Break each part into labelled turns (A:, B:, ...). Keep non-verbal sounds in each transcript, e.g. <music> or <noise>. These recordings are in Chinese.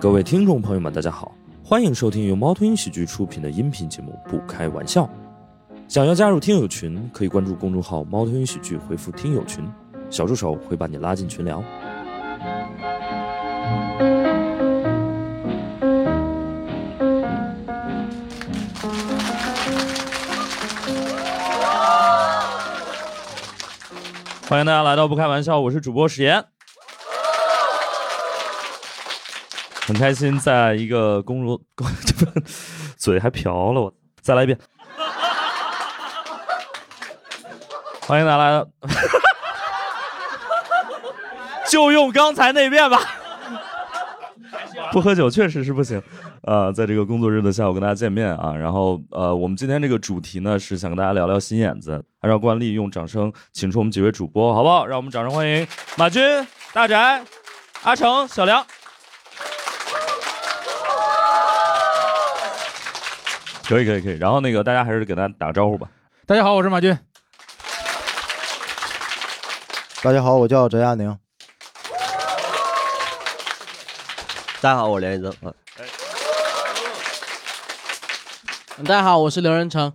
A: 各位听众朋友们，大家好，欢迎收听由猫头鹰喜剧出品的音频节目《不开玩笑》。想要加入听友群，可以关注公众号“猫头鹰喜剧”，回复“听友群”，小助手会把你拉进群聊。欢迎大家来到不开玩笑，我是主播史岩。很开心，在一个公如嘴还瓢了我，再来一遍。欢迎大家来到，就用刚才那遍吧。不喝酒确实是不行，呃，在这个工作日的下午跟大家见面啊，然后呃，我们今天这个主题呢是想跟大家聊聊心眼子，按照惯例用掌声请出我们几位主播，好不好？让我们掌声欢迎马军、大宅、哎阿成、小梁。可以可以可以，然后那个大家还是给大家打个招呼吧。
B: 大家好，我是马军。
C: 大家好，我叫翟亚宁。
D: 大家好，哦我是连云嗯增。
B: 大家好，我是刘仁成。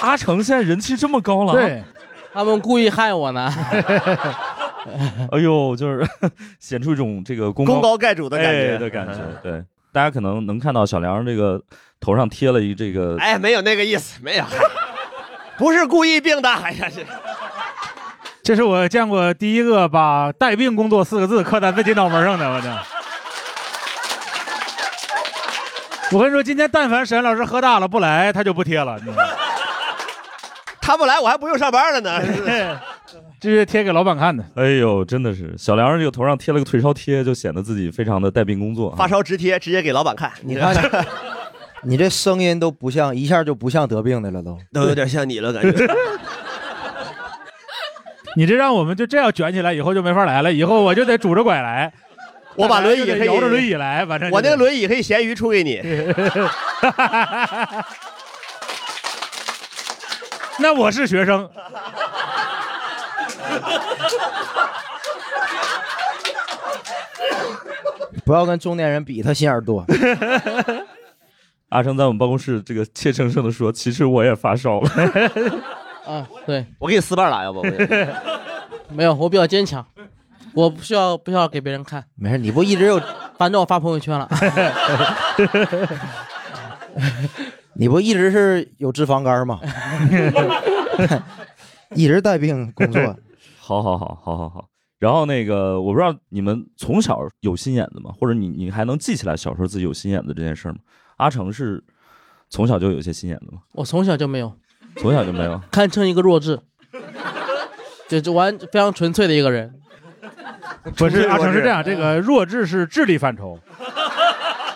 A: 阿成现在人气这么高了，啊
B: 对，他们故意害我呢。
A: <laughs> 哎呦，就是显出一种这个功
C: 功高盖主的感觉
A: 哎的感觉。对，大家可能能看到小梁这个头上贴了一这个，
D: 哎，没有那个意思，没有， <laughs> 不是故意病的，哎呀，是
B: 这是我见过第一个把“带病工作”四个字刻在自己脑门上的，我的。我跟你说，今天但凡沈老师喝大了不来，他就不贴了。你知道吗
D: 他不来我还不用上班了 <laughs> 呢。
B: 这是贴给老板看的。
A: 哎呦，真的是小梁这个头上贴了个退烧贴，就显得自己非常的带病工作啊。
D: 发烧直贴，直接给老板看，你
C: 你
D: 看
C: 看，你这声音都不像，一下就不像得病的了都。
D: 都有点像你了，感 <laughs> 觉。
B: 你这让我们就这样卷起来，以后就没法来了。以后我就得拄着拐来，
D: <laughs> 我把轮椅
B: 就
D: 可
B: 得
D: 以
B: 摇着轮椅，来，反正
D: 我那
B: 就
D: 个
B: 是
D: 轮椅可以咸鱼出给 <laughs> 你。
B: 那我是学生，
C: 不要跟中年人比，他心
D: <laughs>
C: 眼儿多。
A: 阿成在我们办公室这个怯生生的说：“其实我也发
C: <laughs>
A: 烧了。
E: 啊，对，
D: 我给你私伴来，要不？我给你
E: <laughs> 没有，我比较坚强，我不需要不需要给别人看，
C: 没事，你不一直有，
E: 反正我发朋
D: <laughs>
E: 友圈了。
C: 你不一直是有脂肪肝吗？ <laughs> 一直带病工作，”
A: <laughs> 好好好好好好。然后那个，我不知道你们从小有心眼子吗？或者你你还能记起来小时候自己有心眼子这件事儿吗？阿成是从小就有一些心眼子吗？
E: 我从小就没有，
A: 从小就
E: <laughs>
A: 没有。
E: 堪称一个弱智，就就完非常纯粹的一个人。
B: 不
D: 纯
B: 是
D: 粹
B: 阿成
D: 弱
B: 啊是
D: 智
B: 这样，这个弱智是智力范
A: <laughs>
B: 畴，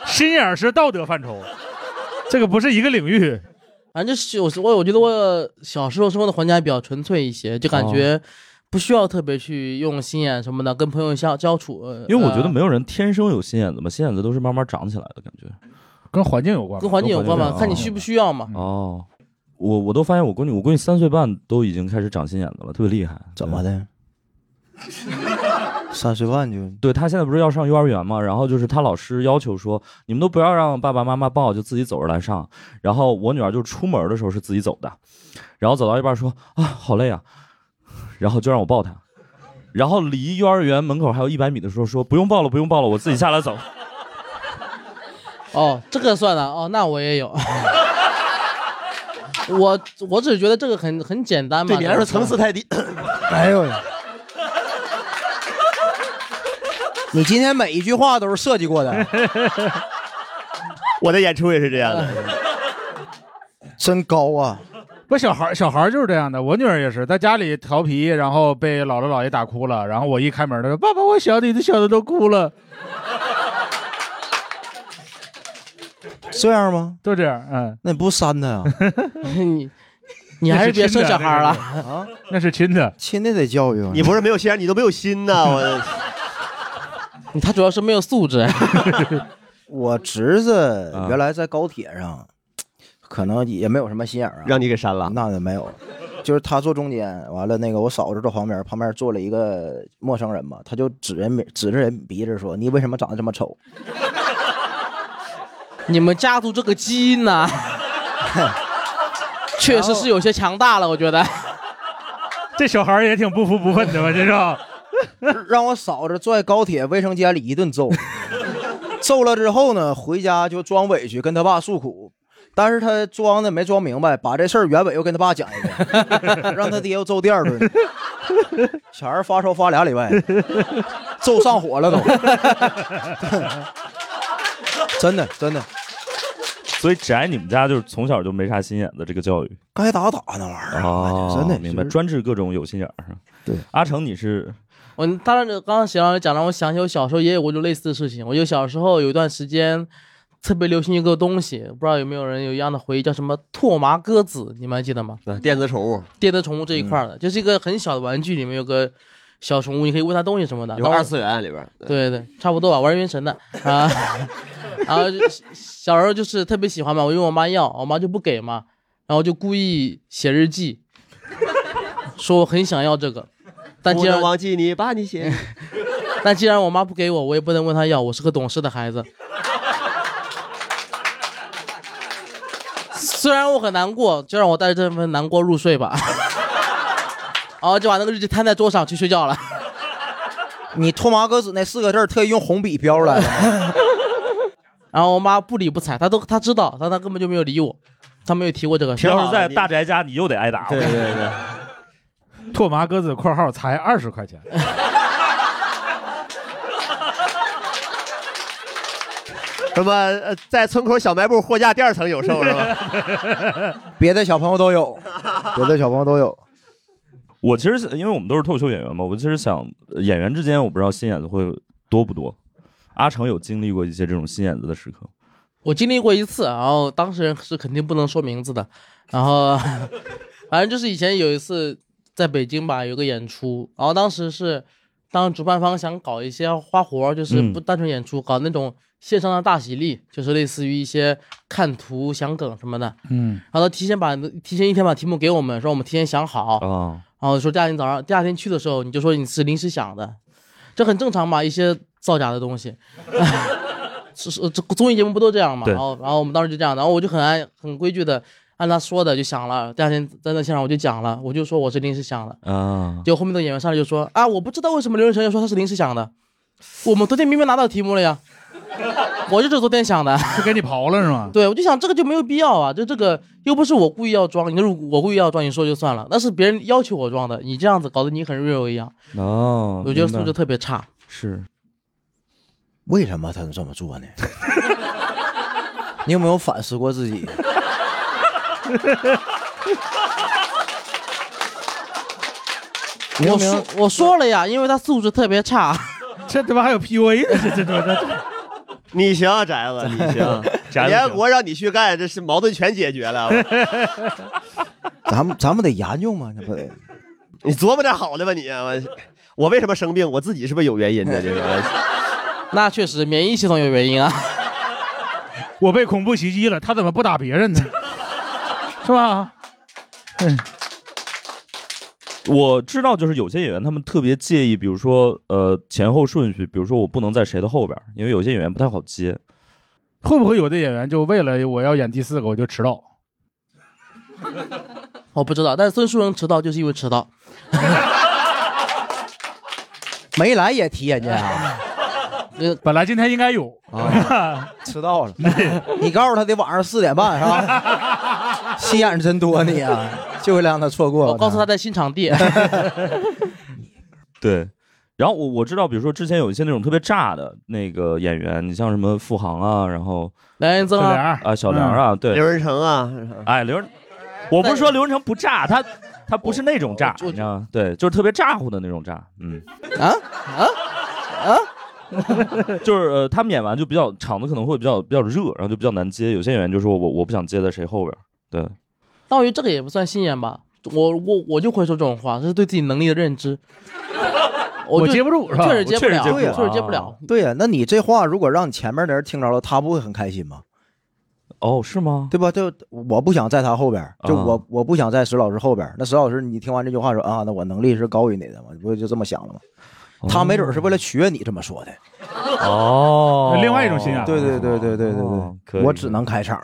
B: 心眼儿是道德范畴，这个不是一个领域。
E: 反正就是我我我觉得我小时候生活的环境还比较纯粹一些，就感
A: 哦
E: 觉不需要特别去用心眼什么的，跟朋友相交处。呃
A: 因为我觉得
E: 呃
A: 没有人天生有心眼子嘛，心眼子都是慢慢长起来的感觉。
B: 跟环境有关吧
E: 跟环境有关
A: 跟环
E: 嘛，
A: 境
E: 看你需不需要嘛。
B: 嗯
A: 哦，我我都发现我闺女，我闺女三岁半都已经开始长心眼子了，特别厉害。嗯
C: 怎么的？三岁半就
A: 对？对她现在不是要上幼儿园嘛，然后就是她老师要求说，你们都不要让爸爸妈妈抱，就自己走着来上。然后我女儿就出门的时候是自己走的，然后走到一半说啊好累啊，然后就让我抱她，啊然后离幼儿园门口还有一百米的时候说不用抱了不用抱了，我自己下来走。
E: 哦，这个算了哦，那我也有。 <laughs> 我我只是觉得这个很很简单嘛，
D: 对你来
E: 这
D: 说
E: 个
D: 层次太低。
C: 哎呦！你今天每一句话都是设计过的，
D: <laughs> 我的演出也是这样的。
C: 真高啊！
B: 不，小孩儿小孩儿就是这样的。我女儿也是，在家里调皮，然后被姥姥姥爷打哭了，然后我一开门，她说：“爸爸，我小的，的小的都哭了。
C: 这样吗”？
B: 都这样，嗯，
C: 那你不删他
B: <laughs>
C: 呀？
E: 你你还是别生小孩了。
C: 啊，
B: 那是亲的。
C: <laughs> 亲的得教育啊
D: 你不是没有心眼，你都没有心呐！我
E: 他主要是没有素质，
B: <laughs>
C: 我侄子
A: 啊
C: 原来在高铁上，可能也没有什么心眼儿啊，
D: 让你给删了。
C: 那倒没有，就是他坐中间，完了那个我嫂子坐旁边，旁边坐了一个陌生人嘛，他就指人名指着人鼻子说：“你为什么长得这么丑
E: <laughs> 你们家族这个基
D: <laughs>
E: 因呐、确实是有些强大了，我觉得。
B: <laughs> 这小孩也挺不服不忿的吧？这是。？”
C: 让我嫂子坐在高铁卫生间里一顿揍， <laughs> 揍了之后呢，回家就装委屈跟他爸诉苦，但是他装的没装明白，把这事儿原委又跟他爸讲一遍， <laughs> 让他爹又揍第二顿。 <laughs> 小孩发烧发俩礼拜，揍上火了都， <laughs> 真的真的。
A: 所以只爱你们家就是从小就没啥心眼子这个教育
C: 该打打那玩意儿。
A: 哦
C: 真的
A: 明白，
C: 就是
A: 专治各种有心眼儿。
C: 对，
A: 阿成你是
E: 我当然刚刚小杨讲让我想起我小时候也有过就类似的事情。我就小时候有一段时间特别流行一个东西，不知道有没有人有一样的回忆，叫什么拓麻鸽子，你们还记得吗？
D: 电子宠物嗯
E: 电子宠物这一块儿的，就是一个很小的玩具，里面有个小宠物，你可以喂它东西什么的。
D: 有
E: 然后
D: 二次元里边，
E: 对对，差不多吧，玩原神的啊。然后就小时候就是特别喜欢嘛，我问我妈要，我妈就不给嘛，然后就故意写日记，说我很想要这个，但
D: 不
E: 既然
D: 能忘记你，把你写。
E: <laughs> 但既然我妈不给我，我也不能问她要，我是个懂事的孩子。 <laughs> 虽然我很难过，就让我带着这份难过入睡吧。然后哦就把那个日记摊在桌上去睡觉了。
C: <laughs> 你托马鸽子那四个字儿特意用红笔标出来的，
E: <laughs> 然后我妈不理不睬，她都她知道，但她根本就没有理我，她没有提过这个事。
A: 要是在大宅家，你又得挨打。啊
D: 对
A: <laughs>
D: 对对，
B: 拓麻鸽子（括号才二十块钱
D: 什么呃在村口小卖部货架第二层有售是吧？ <laughs>
C: 别的小朋友都有，别的小朋友都有。
A: 我其实是因为我们都是脱口秀演员嘛，我其实想呃演员之间，我不知道心眼子会多不多。阿成有经历过一些这种心眼子的时刻，
E: 我经历过一次，然后当事人是肯定不能说名字的。然后， <laughs> 反正就是以前有一次在北京吧，有个演出，然后当时是当主办方想搞一些花活，就是
A: 嗯
E: 不单纯演出，搞那种线上的大喜力，就是类似于一些看图想梗什么的。）。
B: 嗯，
E: 然后他提前把提前一天把题目给我们，说我们提前想好，
A: 啊，
E: 然后说第二天早上第二天去的时候，你就说你是临时想的，这很正常嘛，一些造假的东西。 <laughs> 是是，这综艺节目不都这样嘛？
A: 对
E: 然后，然后我们当时就这样，然后我就很按很规矩的按他说的就想了。第二天在那现场我就讲了，我就说我是临时想的。
A: 啊，
E: 结果后面的演员上来就说啊，我不知道为什么刘仁成要说他是临时想的，我们昨天明明拿到题目了呀， <laughs> 我就是昨天想的。
B: 就给你刨了是吗？
E: 对，我就想这个就没有必要啊，就这个又不是我故意要装，你如果我故意要装，你说就算了，那是别人要求我装的，你这样子搞得你很 real 一样，
A: <laughs> 哦，
E: 我觉得
A: 明白
E: 素质特别差。
A: 是
C: 为什么他能这么做呢？ <laughs> 你有没有反思过自己？你有
E: 我
C: 没有
E: 说我说了呀，因为他素质特别差，
B: 这他妈还有 PUA 呢？这这这这
D: <laughs> 你行啊，宅子，你
A: <laughs>
D: 行，
A: 宅子行
D: 连国让你去干，这是矛盾全解决了。 <laughs>
C: 咱们咱们得研究嘛，那不得？
D: 你琢磨点好的吧你。啊我我为什么生病？我自己是不是有原因的？
C: <laughs>
D: 这个
E: 那确实免疫系统有原因啊。
B: 我被恐怖袭击了，他怎么不打别人呢？是吧？嗯，
A: 我知道，就是有些演员他们特别介意，比如说呃前后顺序，比如说我不能在谁的后边儿，因为有些演员不太好接。
B: 会不会有的演员就为了我要演第四个我就迟到？
E: <laughs> 我不知道，但是孙书荣迟到就是因为迟到，
C: <laughs> 没来也提人家
E: <laughs>
C: 啊，
E: 呃
B: 本来今天应该有，
E: 啊
B: <laughs>
C: 迟到了。 <laughs> 你告诉他得晚上四点半是吧？心眼儿真多你啊，就会让他错过了。
E: 我告诉他在新场地， <laughs>
A: 对，然后我我知道，比如说之前有一些那种特别炸的那个演员，你像什么付航啊，然后
E: 梁
C: <laughs>
E: 彦增
B: 这
E: 啊，
B: 俩
A: 啊小梁
C: 嗯
A: 啊，对，
D: 嗯刘仁成啊，
A: 哎刘仁，我不是说刘仁成不炸，他他不是那种炸，
E: 我
A: 你知道吗？对，就是特别咋呼的那种炸，嗯
E: 啊
A: 啊啊， <laughs> 就是呃他们演完就比较场子可能会比较比较热，然后就比较难接，有些演员就说我我不想接在谁后边儿，对，
E: 但我觉得这个也不算心眼吧，我我我就会说这种话，这是对自己能力的认知。
B: 我
E: 就
B: 接不住是吧？啊
E: 确实接不了，啊
A: 我确实接不了
C: 啊
E: 确实接不了。
C: 对呀、那你这话如果让你前面的人听着了，他不会很开心吗？
A: 哦，是吗？
C: 对吧？就我不想在他后边儿，就我、我不想在石老师后边儿。那石老师，你听完这句话说啊，那我能力是高于你的嘛？你不就这么想了吗？他没准儿是为了取悦你这么说的。 <laughs>
A: 哦
B: 另外一种信仰
C: 对对对对对对
A: 可
C: 对，
A: 以
C: 我只能开场。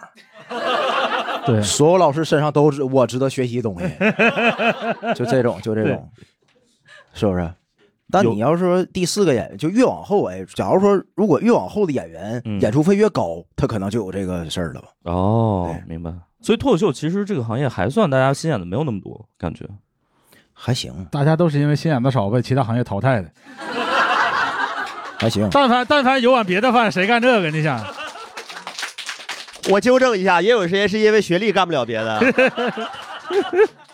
B: 对
C: 所有老师身上都是我值得学习的东西，就这种，就这种，是不是？但你要说第四个演员，就越往后，哎，假如说如果越往后的演员、
A: 嗯
C: 演出费越高，他可能就有这个事儿了吧？
A: 哦，明白。所以脱口秀其实这个行业还算大家心眼的没有那么多，感觉
C: 还行，
B: 大家都是因为心眼子少被其他行业淘汰的。
C: 还行。
B: 但凡但凡有碗别的饭，谁干这个？你想，
D: 我纠正一下，也有谁是因为学历干不了别的。
A: <laughs>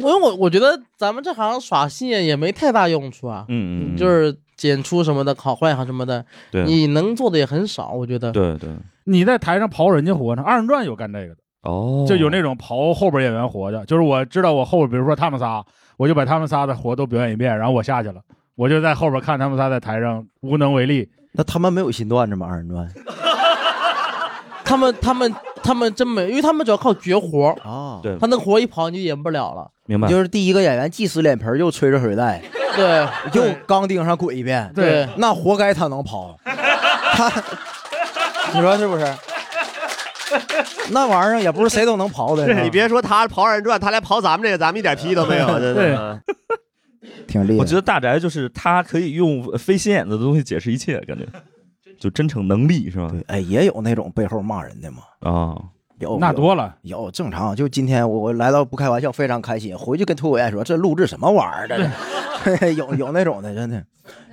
E: 我我我觉得咱们这行耍心眼也没太大用处啊，
A: 嗯嗯嗯
E: 就是演出什么的，考坏行什么的，
A: 对
E: 你能做的也很少，我觉得。
A: 对对
B: 你在台上刨人家活呢？二人转有干这个的，
A: 哦，
B: 就有那种刨后边演员活的，就是我知道我后边，比如说他们仨，我就把他们仨的活都表演一遍，然后我下去了，我就在后边看他们仨在台上无能为力。
C: 那他们没有新段子吗？二人转
E: 他们他们他们真没，因为他们主要靠绝活，
C: 啊，
A: 对
E: 他那活一跑你就演不了了。
A: 明白，
C: 就是第一个演员既撕脸皮儿又吹着水袋，
E: 对
C: 又钢钉上滚一遍，
B: 对
E: 对
C: 那活该他能啊跑。他，你说是不是？那玩意儿也不是谁都能跑的，
D: 你别说他跑二人转，他来跑咱们这个，咱们一点屁都 <laughs>
A: <laughs>
D: 没有。真的，啊
C: <laughs> 挺厉害。
A: 我觉得大宅就是他可以用非心眼子的东西解释一切，感觉就真诚能力是吧？
C: 对，哎，也有那种背后骂人的嘛，
A: 啊，
C: 有
B: 那
C: 有
B: 多了，
C: 有正常。就今天我我来到不开玩笑，非常开心，回去跟脱口演说这录制什么玩意儿这是， <laughs> 有有那种的，真的。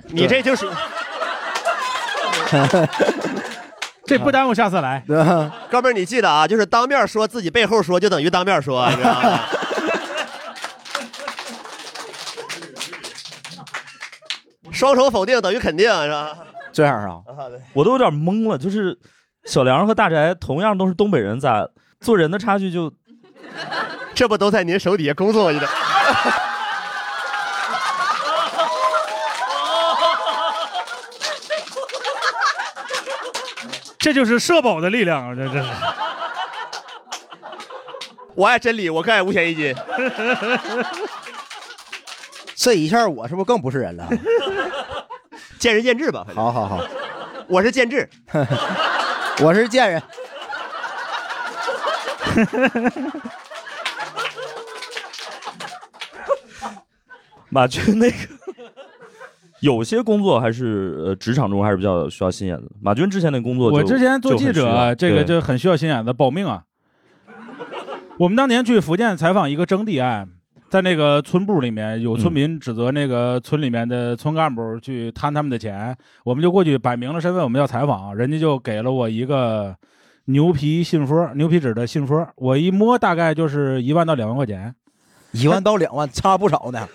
D: 你
C: <laughs>
D: 这
A: <laughs>
D: 就是
B: 这不耽误下次
C: <laughs>
B: 来。
C: 对吧
D: <laughs> 哥们儿，你记得啊，就是当面说自己背后说，就等于当面说，你知道吗？ <laughs> 双手否定等于肯定，是吧？ <laughs>
C: 这样啊，
A: 我都有点懵了，就是小梁和大宅同样都是东北人，咋做人的差距就
D: <laughs> 这不都在您手底下工作呢？
B: <laughs>
D: <laughs>
B: 这就是社保的力量，这这是。
D: 我爱真理，我更爱五险一金。
C: 这一下 <laughs> 我是不是更不是人了？
D: <laughs> 见仁见智吧，反正
C: 好好好，
D: 我是见智。 <laughs>
C: <laughs> 我是贱人。
A: <laughs> 马军那个，有些工作还是呃职场中还是比较需要心眼子的。马军之前那工作就，
B: 我之前做
A: 就
B: 记
A: 很需
B: 者啊
A: 要，
B: 这个
A: 对
B: 就很需要心眼子，保命啊。我们当年去福建采访一个征地案，在那个村部里面有
A: 嗯
B: 村民指责那个村里面的村干部去贪他们的钱，我们就过去摆明了身份，我们要采访，人家就给了我一个牛皮信封，牛皮纸的信封，我一摸大概就是一万到两万块钱，
C: 一万到两万差不少呢。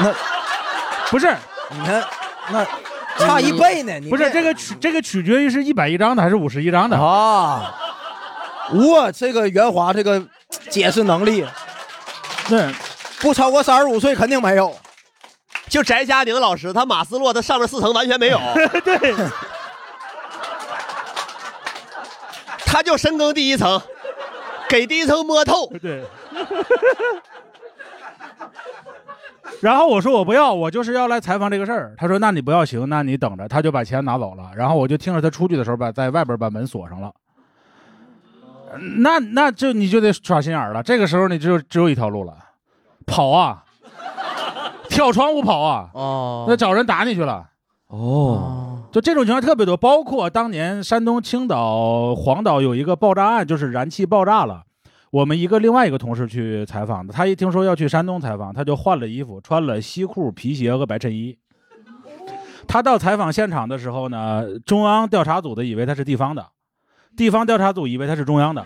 B: <laughs> 不是嗯
C: 你看，那差一倍呢。你
B: 不是这个取这个取决于是一百一张的还是五十一张的，
C: 啊？哇，这个袁华这个解释能力，
B: 对。
C: 不超过三十五岁肯定没有。
D: 就翟佳宁老师，他马斯洛的上面四层完全没
C: <laughs>
D: 有。
B: <laughs>
D: 对，他就深耕第一层，给第一层摸透。
B: 对。然后我说我不要，我就是要来采访这个事儿。他说那你不要行，那你等着。他就把钱拿走了。然后我就听着他出去的时候把在外边把门锁上了。嗯那那就你就得耍心眼儿了。这个时候你就只有一条路了，跑啊，跳窗户跑啊，
E: 哦，
B: 那找人打你去了。
A: 哦，
E: 哦
B: 就这种情况特别多，包括当年山东青岛黄岛有一个爆炸案，就是燃气爆炸了。我们一个另外一个同事去采访的，他一听说要去山东采访，他就换了衣服，穿了西裤、皮鞋和白衬衣。他到采访现场的时候呢，中央调查组的以为他是地方的，地方调查组以为他是中央的，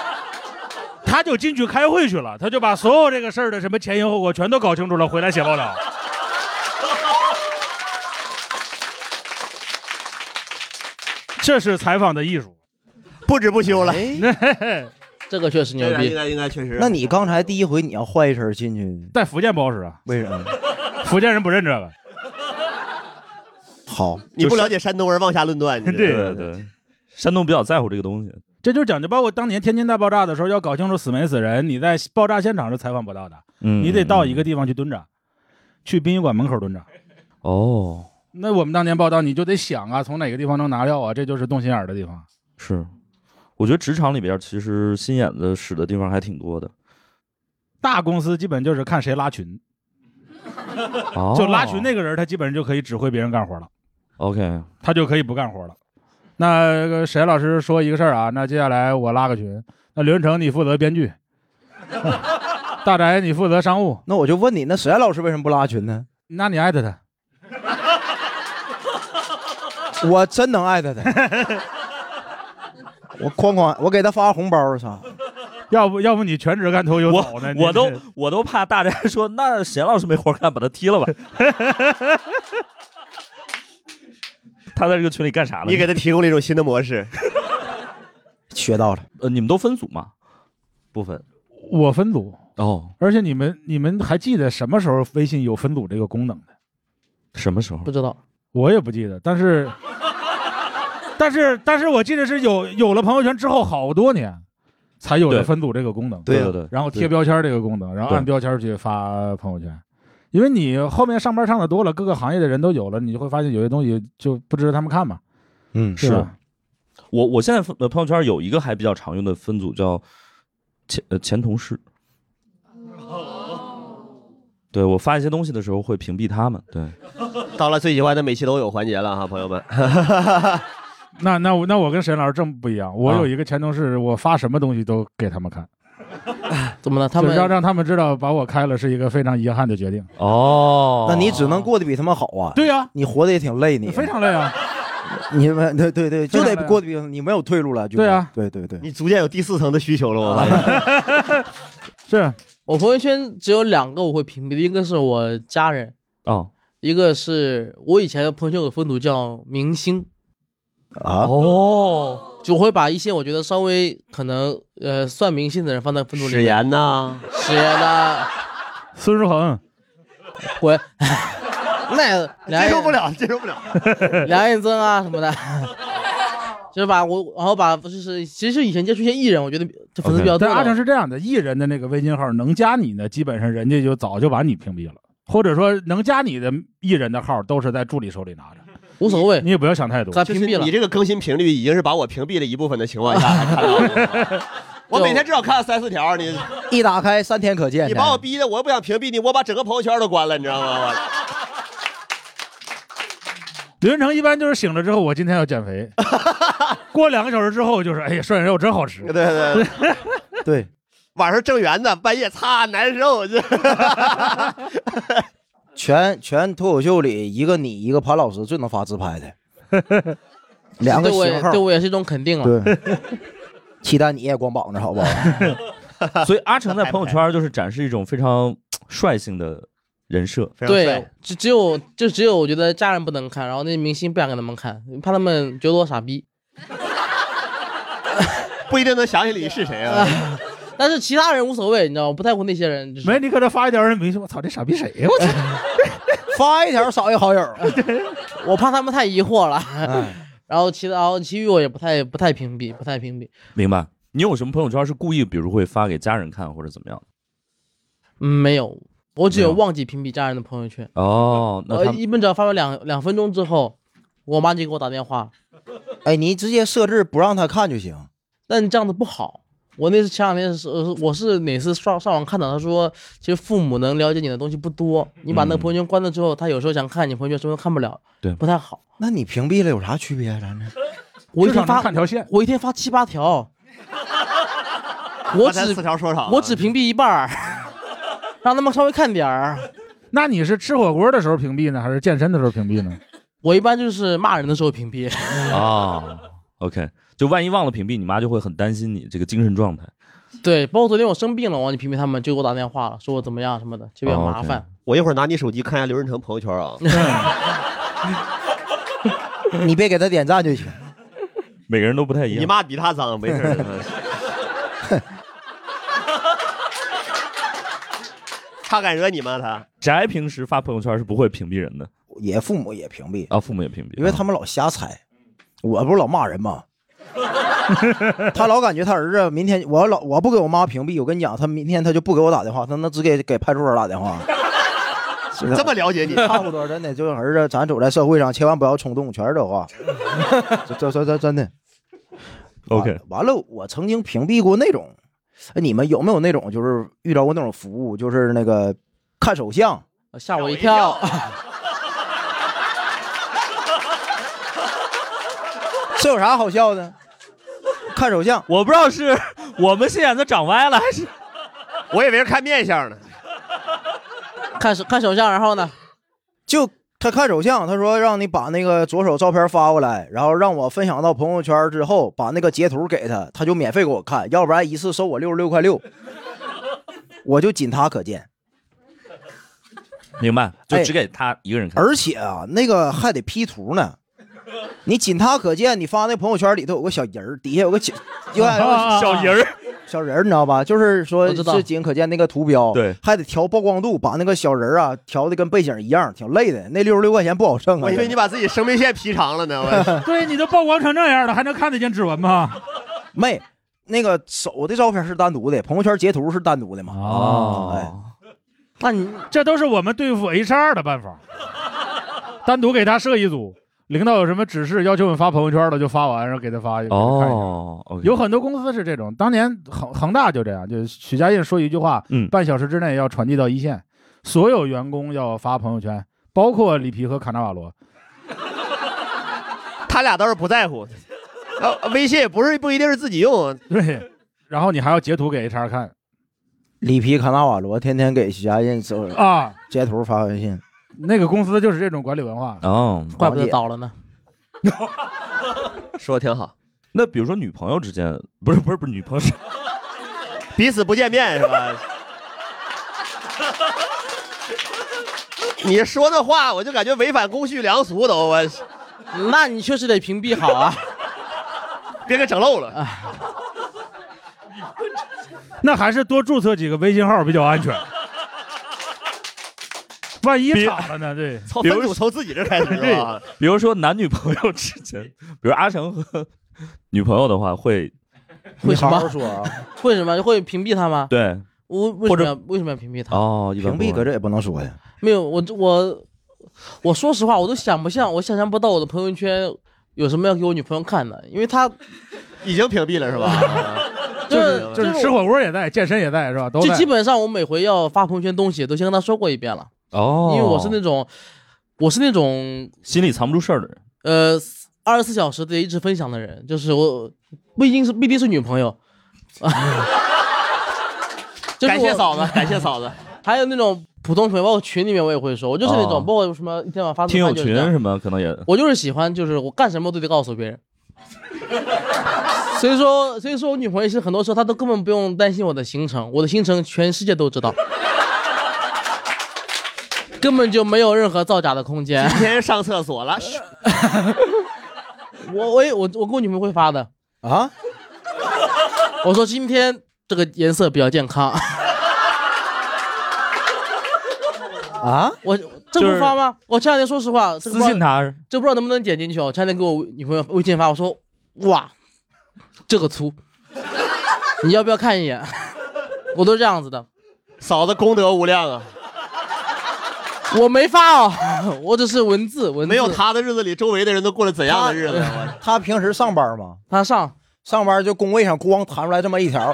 B: <laughs> 他就进去开会去了，他就把所有这个事儿的什么前因后果全都搞清楚了，回来写报道。 <laughs> 这是采访的艺术。
D: 不止不休了。
C: 哎，
B: <laughs>
E: 这个确实牛逼。
D: 啊该应该确实
C: 那你刚才第一回你要换一身进去，
B: 在福建不好使啊，
C: 为什么？
B: 福建人不认这个。
C: 好，
D: 你不了解山东人，妄下论断。你知道吗
A: 对对，山东比较在乎这个东西。
B: 这就是讲究，包括当年天津大爆炸的时候，要搞清楚死没死人，你在爆炸现场是采访不到的，
A: 嗯
B: 你得到一个地方去蹲着，去殡仪馆门口蹲着。
A: 哦，
B: 那我们当年报道，你就得想啊，从哪个地方能拿料啊，这就是动心眼儿的地方。
A: 是，我觉得职场里边其实心眼子使的地方还挺 <laughs> 多的。
B: 大公司基本就是看谁拉群，
A: 哦，
B: 就拉群那个人，他基本上就可以指挥别人干活了，
A: OK，
B: 他就可以不干活了。那个沈老师说一个事儿啊，那接下来我拉个群，那刘仁成你负责
C: <laughs>
B: 编剧，大宅你负责商务，
C: 那我就问你，那沈老师为什么不拉群呢？
B: 那你艾特他，
C: <laughs> 我真能艾特
B: <laughs>
C: 他，我哐哐，我给他发红包儿啥？
B: 要不要不你全职干脱口秀早呢？你
A: 我都我都怕大宅说，那沈老师没活干，把他踢了 <laughs> 吧。他在这个群里干啥呢？
D: 你给他提供了一种新的模
B: <laughs>
D: 式，
C: 学到了，
A: 呃，你们都分组吗？不分。
B: 我分组，
A: 哦，
B: 而且你们你们还记得什么时候微信有分组这个功能的？
A: 什么时候
E: 不？知道。
B: 我也不记得，但是 <laughs> 但是但是我记得是有有了朋友圈之后好多年才有了
A: 对
B: 分组这个功能。
A: 对对对，
B: 然后贴标签这个功能，然后
A: 对
B: 按标签去发朋友圈。因为你后面上班上的多了，各个行业的人都有了，你就会发现有些东西就不值得他们看嘛。
C: 嗯，
B: 对吧
A: 我我现在分呃朋友圈有一个还比较常用的分组叫前呃前同事。对我发一些东西的时候会屏蔽他们。
C: <laughs>
A: 对，
D: <laughs> 到了最喜欢的每期都有环节了哈，朋友
B: <laughs>
D: 们。
B: 那那我那我跟沈老师正不一样，我
A: 啊
B: 有一个前同事，我发什么东西都给他们看，
E: <laughs> 怎么了？他
B: 就
E: 们
B: 让让他们知道把我开了是一个非常遗憾的决定。
A: 哦
C: 那你只能过得比他们好啊。
B: 对呀、
C: 你活得也挺累，你
B: 非常累啊。
C: 你们对对对，就
B: 非
C: 得
B: 常累啊
C: 过得比你没有退路了，就
B: 对
C: 是
B: 啊
C: 对对对，
D: 你逐渐有第四层的需求了，我发
C: <laughs>
D: 现。
B: 是
E: 我朋友圈只有两个我会屏蔽的，一个是我家人，
A: 哦
E: 一个是我以前的朋友圈有分组叫明星，
C: 啊，
A: 哦，
E: 就我会把一些我觉得稍微可能呃算明星的人放在分组里
D: 史
E: 面。
D: 岩呐，
E: 史岩呐，
B: 孙书 <laughs> 恒， <laughs>
E: 我 <laughs> 那梁
D: <laughs> 接
E: 彦
D: 受不了，接受不了。
E: <laughs>
C: <laughs>
E: 梁彦增啊什么的，就是把我然后把就是其实以前接触一些艺人，我觉得这粉丝
A: OK
E: 比较多
B: 但
E: 的。
B: 阿成是这样的，艺人的那个微信号能加你的，基本上人家就早就把你屏蔽了，或者说能加你的艺人的号都是在助理手里拿着，
E: 无所谓，
B: 你也不要想太多。
E: 咱
D: 就
E: 屏
D: 是
E: 蔽了
D: 你。这个更新频率已经是把我屏蔽了一部分的情况下还
B: <laughs>
D: 看到我，我每天至少看三四条，你
C: 一打开三天可见，
D: 你把我逼的，我不想屏蔽你，我把整个朋友圈都关了，你知道吗？
B: 刘仁成一般就是醒了之后，我今天要
D: <laughs>
B: 减肥， <laughs> 过两个小时之后就是，哎呀，涮羊肉真好吃
D: <laughs> 对。对对，
B: <laughs>
C: 对，
D: 晚上正圆呢，半夜擦难受，这
C: 全全脱口秀里一个你一个潘老师最能发自拍的，两个
E: 对我也
C: 型号
E: 对，我也是一种肯定啊了。
C: 对，期待你也光膀子好不好？
A: <laughs> 所以阿成在朋友圈就是展示一种非常率性的人设。
E: 对，只只有就只有我觉得家人不能看，然后那些明星不想给他们看，怕他们觉得我傻逼。
D: 不一定能想起你是谁啊。
E: <laughs> 但是其他人无所谓，你知道吗？不在乎那些人。就是、
B: 没，你搁这发一条人明星，我操，这傻逼谁呀？我操！
C: <laughs> 发一条少一好友，
E: <laughs> 我怕他们太疑惑了。
C: 哎，
E: 然后其他，然后其余我也不太不太屏蔽，不太屏蔽。
A: 明白？你有什么朋友圈是故意，比如会发给家人看或者怎么样？
E: 嗯，没有，我只有
A: 没有
E: 忘记屏蔽家人的朋友圈。
A: 哦，那
E: 我
C: 呃
A: 他
E: 一般只要发表两两分钟之后，我妈就给我打电话。
C: 哎，你直接设置不让他看就行。
E: 但你这样子不好。我那次前两天是，呃我是哪次上上网看到，他说其实父母能了解你的东西不多，你把那个
A: 嗯
E: 朋友圈关了之后，他有时候想看你朋友圈，什么都看不了，
A: 对
E: 不太好。
C: 那你屏蔽了有啥区别啊？咱这
E: 我一
B: 至少
E: 天
B: 能
E: 发
B: 看条线。
E: 我一天发七
D: <laughs>
E: 八条，我只
D: 刚才四条说啥？
E: 我只屏蔽一
D: <laughs>
E: 半儿，让他们稍微看点儿。
B: 那你是吃火锅的时候屏蔽呢，还是健身的时候屏蔽 <laughs> 呢？
E: 我一般就是骂人的时候屏蔽，
A: 啊，OK，就万一忘了屏蔽，你妈就会很担心你这个精神状态。
E: 对，包括昨天我生病了，我忘记屏蔽他们，就给我打电话了，说我怎么样什么的，就
D: <laughs>
C: 哦
E: 比较麻烦。
D: 哦我一会儿拿你手机看一下刘仁成朋友圈啊。
B: <laughs>
C: 嗯
E: <laughs>
C: 你别给他点赞就行。
A: 每个人都不太一
D: 你
A: 样。
D: 妈比他脏，没事儿。他敢惹你吗？他
A: 宅平时发朋友圈是不会屏蔽人的
C: 也父母也屏蔽，
A: 啊，父母也屏蔽，
C: 因为他们老瞎猜。我不是老骂人吗？ <laughs> 他老感觉他儿子明天我要老我不给我妈屏蔽，我跟你讲，他明天他就不给我打电话，他那只给给派出所打电话。
D: <laughs> 这么了解你
C: 差不多，真的就是 <laughs> 儿子，咱走在社会上千万不要冲动，全是这话。
D: <laughs>
C: 这这这这真的。
A: OK，
C: 完了，我曾经屏蔽过那种，哎，你们有没有那种就是遇到过那种服务，就是那个看手相，
E: <laughs> 吓我一跳。
C: <laughs> 这有啥好笑的？
E: <laughs>
C: 看手相，
A: 我不知道是我们心眼子长歪了，还是
D: <laughs> 我以为是看面相呢。
E: <laughs> 看手看手相，然后呢？
C: 就他看手相，他说让你把那个左手照片发过来，然后让我分享到朋友圈之后，把那个截图给他，他就免费给我看，要不然一次收我六十六块六，我就仅他可见。
A: 明白，就
C: 哎
A: 只给他一个人看。
C: 而且啊，那个还得 P 图呢。你仅他可见，你发那朋友圈里头有个小人儿，底下有个
A: <laughs>
C: 小，有个
A: 小人儿，
C: 小人儿，你知道吧？就是说
E: 我知道
C: 是仅可见那个图标，
A: 对
C: 还得调曝光度，把那个小人儿啊调的跟背景一样，挺累的。那六十六块钱不好挣啊！
D: 我以为你把自己生命线劈长了呢。
E: <laughs>
D: 我
B: 对，你都曝光成那样了，还能看得见指纹吗？
C: 妹，那个手的照片是单独的，朋友圈截图是单独的嘛？哎
A: 哦，
E: 那你
B: 这都是我们对付 HR 的办法，单独给他设一组，领导有什么指示要求我们发朋友圈的就发完，然后给他发
D: 哎
B: 一个。看一下
A: 哦，OK，
B: 有很多公司是这种，当年恒恒大就这样，就是许家印说一句话，
A: 嗯
B: 半小时之内要传递到一线，所有员工要发朋友圈，包括里皮和卡纳瓦罗。
D: <laughs> 他俩倒是不在乎。啊，微信也不是不一定是自己用，
B: 对，然后你还要截图给 HR 看
C: 里皮卡纳瓦罗天天给徐家印搜
B: 啊，
C: 截图发微信，
B: 那个公司就是这种管理文化。
A: 哦，
E: <laughs> 怪不得倒了呢。
D: 说挺好，
A: 那比如说女朋友之间，不是不是 <laughs> 不是女朋友之间，
D: 彼此不见面是
A: <laughs>
D: 吧？ <laughs> 你说那话，我就感觉违反公序良俗都，我
E: 那你确实得屏蔽好啊。
D: <laughs> 别给整漏了。
B: 那还是多注册几个微信号比较
E: <laughs>
B: 安全。万一
A: 比
B: 吵了呢？对，
D: 从
A: 比
D: 分
A: 如
D: 组从自己这开始
E: 啊
B: <laughs>
D: 是吧？
A: 比如说男女朋友之间，比如阿成和女朋友的话，会
C: 你
E: 为什
C: 好
E: 么
C: 好说啊！
E: <laughs> 为什么会屏蔽他吗？
A: 对
E: 我为
A: 或
E: 什
A: 者
E: 么要为什么要屏蔽他？
A: 哦，一般
C: 屏
A: 不会
C: 蔽搁这也不能说呀，
E: 没有，我我我说实话，我都想不像，我想象不到我的朋友圈有什么要给我女朋友看的，因为她
D: 已经屏蔽了是
E: <laughs>
D: 吧？
E: 就是
B: 就是吃火锅也在，哎健身也在，是吧？都
E: 就
B: 在
E: 基。本上我每回要发朋友圈东西都先跟她说过一遍了，
A: 哦，
E: 因为我是那种我是那种
A: 心里藏不住事儿的人。
E: 呃二十四小时得一直分享的人，就是我不一定是不一定是女朋友， <laughs> 就是
D: 感谢
E: 我
D: 嫂子，感谢嫂子。
E: 还有那种普通朋友，包括群里面我也会说，我就是那
A: 哦
E: 种包括什么一天晚上发自
A: 听友
E: 拍就是
A: 群
E: 这样
A: 什么可能也
E: 我就是喜欢，就是我干什么都得告诉别人。所以说，所以说我女朋友是很多时候她都根本不用担心我的行程，我的行程全世界都知道，根本就没有任何造假的空间。
D: 今天上厕所
E: <laughs>
D: 了，
E: 我我也我我跟我女朋友会发的，
C: 啊，
E: 我说今天这个颜色比较健康，
C: 啊，
E: 我这
A: 就是
E: 不发吗？我前两天说实话，这个
A: 私
E: 不知道
A: 信他，
E: 这不知道能不能点进去哦。前两天给我女朋友微信发，我说哇，这个粗，你要不要看一眼？ <laughs> 我都这样子的，
D: 嫂子功德无量啊！
E: 我没发 <laughs> 哦，我只是文字文字。
D: 没有，他的日子里，周围的人都过了怎样的日子？啊我 <laughs>
C: 他平时上班吗？
E: 他上
C: 上班就工位上咣弹出来这么一条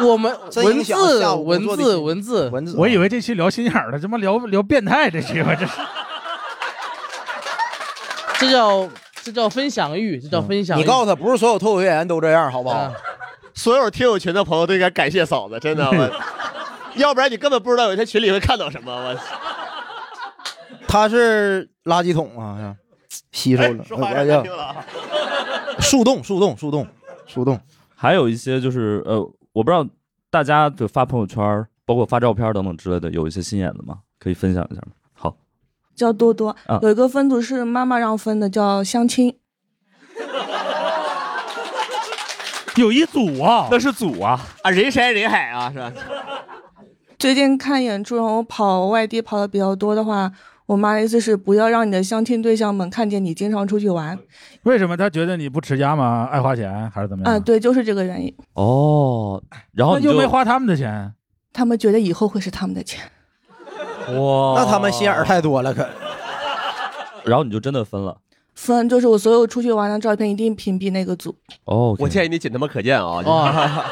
E: 我们
C: 真
E: 文
C: 影响
E: 字
C: 下午工
E: 文
C: 作的
E: 字
C: 心
E: 文字，
C: 文字，
B: 我以为这期聊心眼儿了，他妈聊聊变态这期我
D: <laughs>
B: 这是。
E: 这叫这叫分享欲，
A: 嗯
D: 嗯
E: 这叫分享欲。
C: 你告诉他，不是所有脱口秀演员都这样，好不好
E: 啊？
D: 所有听友群的朋友都应该感谢嫂子，真的，我
C: <laughs>
D: 要不然你根本不知道有一天群里会看到什么。我
C: 他是垃圾桶啊，好像吸收了，
D: 说话
C: 哎
D: 让
C: 呀
D: 人听，了啊，
C: 树洞，树洞，树洞，树洞。
A: 还有一些就是呃，我不知道大家就发朋友圈儿，包括发照片儿等等之类的，有一些心眼子吗？可以分享一下吗？好，
F: <laughs> 叫多多
A: 啊，
F: 有一个分组是妈妈让分的，叫相亲。
B: 有一组啊，
A: 是组啊，
D: 啊人山人海啊，是吧？
F: 最近看演出，然后跑外地跑的比较多的话，我妈的意思是不要让你的相亲对象们看见你经常出去玩。
B: 为什么他觉得你不持家吗？爱花钱还是
A: 嗯
B: 怎么样？
F: 啊，对，就是这个原因。
A: 哦，然后
B: 那
A: 你就
B: 又没花他们的钱，
F: 他们觉得以后会是他们的钱。
A: 哇，
C: 那他们心眼儿太多
D: <laughs>
C: 了，可
A: 然后你就真的分了。
F: 分就是我所有出去玩的照片一定屏蔽那个组。
A: 哦，
D: 我建议你仅他妈可见啊！
E: 哦，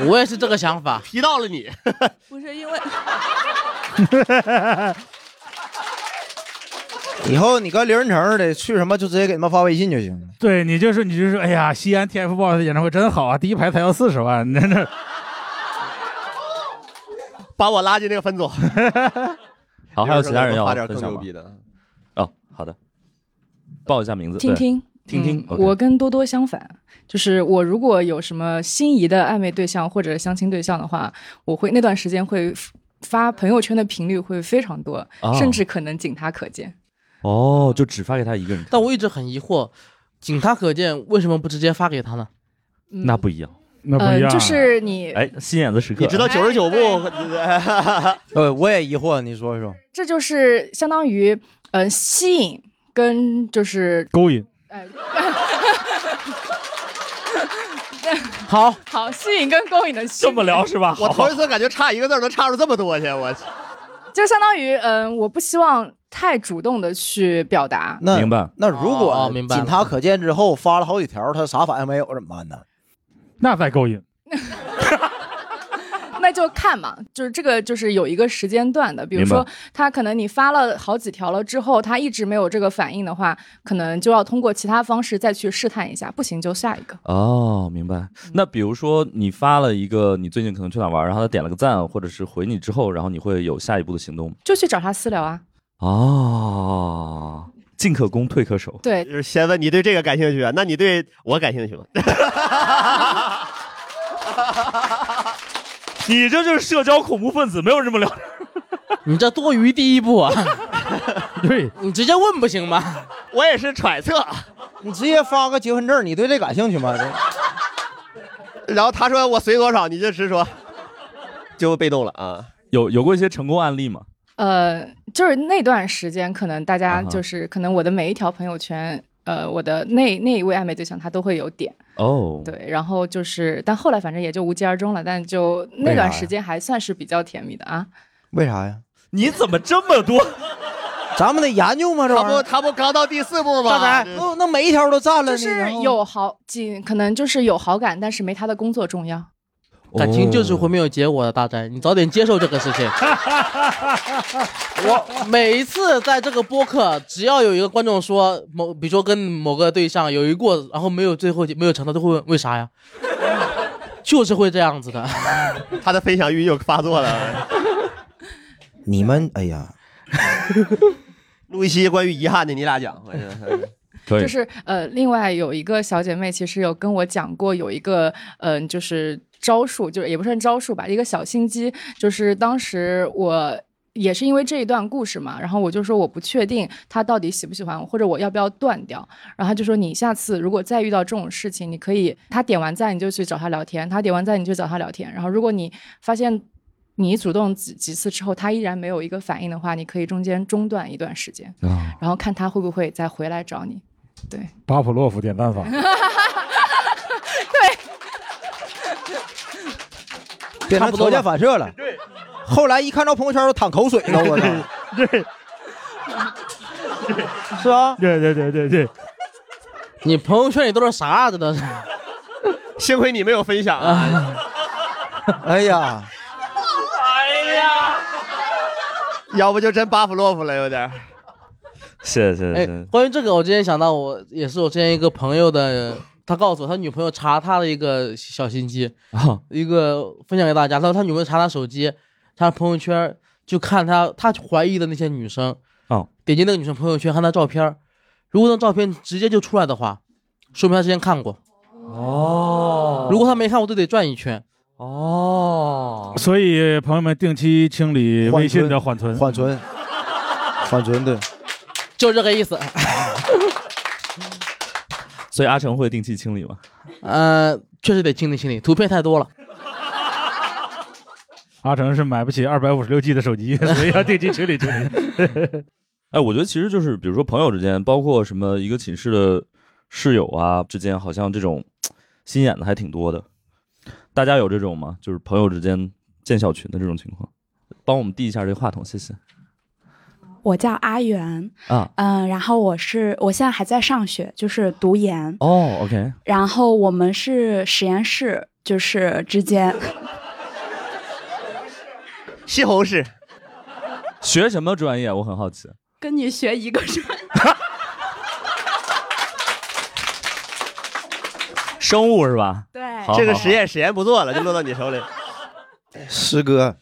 E: <laughs> 我也是这个想法。
D: 提到了你，
F: 不是因为
C: 以后你跟刘仁成似的，去什么就直接给他们发微信就行了。
D: <laughs>
B: 对你就是你就是，哎呀，西安 TFBOYS 演唱会真好啊，第一排才要四十万，真的。
D: 把我拉进那个分
A: <laughs>
D: 组。
A: 好，还有其他人要
D: 发点
A: 分
D: 更
A: 享
D: 牛
A: 吗？
D: 逼的。
A: 哦，好的，报一下 <laughs> 名字。
G: 听
A: 对，
G: 听。
A: 听听
G: 嗯，
A: OK
G: 我跟多多相反，就是我如果有什么心仪的暧昧对象或者相亲对象的话，我会那段时间会发朋友圈的频率会非常多，
A: 哦
G: 甚至可能仅他可见。
A: 哦，就只发给他一个人看，
E: 但我一直很疑惑，仅他可见，为什么不直接发给他呢？
G: 嗯、
A: 那不一样。
B: 那不
G: 呃
B: 一样，
G: 就是你，哎
A: 哎，心眼子时刻，
D: 你知道九十
A: 哎
D: 九步，
C: 呃，我也疑惑，你说一说，
G: 这就是相当于嗯、呃吸引跟就是
B: 勾引。
G: <laughs>
A: <laughs>
G: 哎、
E: 好，
G: <laughs> 好吸引跟勾引的区
A: 这么
G: 别
A: 聊是吧？
D: 我
A: 好
D: 头，一次感觉差一个字儿能差出这么多去，我去。
G: <laughs> 就相当于嗯、呃我不希望太主动的去表达，
C: 那
A: 明白。
C: 那如
E: 哦
C: 果
E: 哦明白了
C: 仅他可见之后发了好几条，他啥反应没有怎么办呢？
B: 那再勾引，
G: 那就看嘛，就是这个就是有一个时间段的，比如
A: 明白
G: 说他可能你发了好几条了之后，他一直没有这个反应的话，可能就要通过其他方式再去试探一下，不行就下一个。
A: 哦，明
G: 嗯
A: 白。那比如说你发了一个你最近可能去哪儿玩，然后他点了个赞，或者是回你之后，然后你会有下一步的行动吗？
G: 就去找他私聊啊，
A: 哦，进可攻，退可守。
G: 对，
D: 就是先问你对这个感兴趣啊？那你对我感兴趣吗？
A: 你这就是社交恐怖分子，没有这么聊。
E: 你这多余第一步啊，
B: <laughs> 对，
E: 你直接问不行吗？
D: 我也是揣测。
C: 你直接发个结婚证，你对这感兴趣吗？这
D: <laughs> 然后他说我随多少，你就直说，就被动了啊。
A: 有有过一些成功案例吗？
G: 呃，就是那段时间可能大
A: 啊
G: 家
A: 哈
G: 就是可能我的每一条朋友圈，呃，我的那那一位暧昧对象他都会有点，
A: 哦，
G: 对，然后就是但后来反正也就无疾而终了，但就那段时间还算是比较甜蜜的啊。
C: 为啥呀？
A: 你怎么这么多？
C: 咱们得研究嘛，这
D: 他
C: 玩意
D: 不
C: 儿。
D: 他不刚到第四步吗？
C: 大才，
D: 这
C: 哦那那每一条都占了
G: 就
C: 你，然
G: 是
C: 后
G: 有好几，可能就是有好感，但是没他的工作重要。
D: 哦
E: 感情就是会没有结果的，大宅，你早点接受这个事
D: <laughs>
E: 情。我每一次在这个播客，只要有一个观众说某，比如说跟某个对象有一过，然后没有最后没有成的，都会问为啥呀？ <laughs> 就是会这样子的。
D: 他的分享欲又发作了。
C: 你们，哎呀，
D: 录一期关于遗憾的，你俩讲。嗯我
A: <laughs> 可以
G: 就。是呃，另外有一个小姐妹其实有跟我讲过，有一个嗯、就是招数，就是也不算招数吧，一个小心机，就是当时我。也是因为这一段故事嘛，然后我就说我不确定他到底喜不喜欢我，或者我要不要断掉。然后他就说你下次如果再遇到这种事情，你可以他点完赞你就去找他聊天，他点完赞你就找他聊天。然后如果你发现你主动几几次之后他依然没有一个反应的话，你可以中间中断一段时间，
A: 啊
G: 然后看他会不会再回来找你。
B: 巴甫洛夫点赞法，
G: <laughs>
C: 变成条件反射了。对。后来一看到朋友圈都 <laughs> 淌口水了，我操！对，是啊，
B: 对对对对对，
E: 你朋友圈里都是啥？真的是，
D: 幸亏你没有分享啊。
C: 哎呀，
D: 要不就真巴甫洛夫了，有点儿。
A: 谢谢谢
E: 哎
A: 谢，。
E: 关于这个，我之前想到我，也是我之前一个朋友的，他告诉我他女朋友查他的一个小心机，
A: 啊
E: 一个分享给大家。他说他女朋友查他手机，他朋友圈就看他他怀疑的那些女生，
A: 哦，
E: 点进那个女生朋友圈看她照片，如果那照片直接就出来的话，说明他之前看过。
A: 哦
E: 如果他没看过，都得转一圈。
A: 哦，
B: 所以朋友们定期清理微信的缓存，
C: 缓存，缓存对，
E: 就这个意思， <laughs>
A: 所以阿成会定期清理吗？ <laughs>
E: 呃，确实得清理清理，图片太多了。
B: 阿成 <laughs> 是买不起二百五十六 G 的手机，所以要定期清理清理。
A: 哎，我觉得其实就是，比如说朋友之间，包括什么一个寝室的室友啊之间，好像这种嘖心眼子还挺多的。大家有这种吗？就是朋友之间建小群的这种情况，帮我们递一下这个话筒，谢谢。
H: 我叫阿元，
A: 啊，
H: 嗯、然后我是我现在还在上学，就是读研。
A: 哦，OK，
H: 然后我们是实验室，就是之间
D: 西红柿，
A: 学什么专业？我很好奇。
H: 跟你学一个专
A: <laughs> 生物是吧？
H: 对
A: 好
D: 这个
A: 好好
D: 实验实验不做了，就落到你手里。
C: 师哥，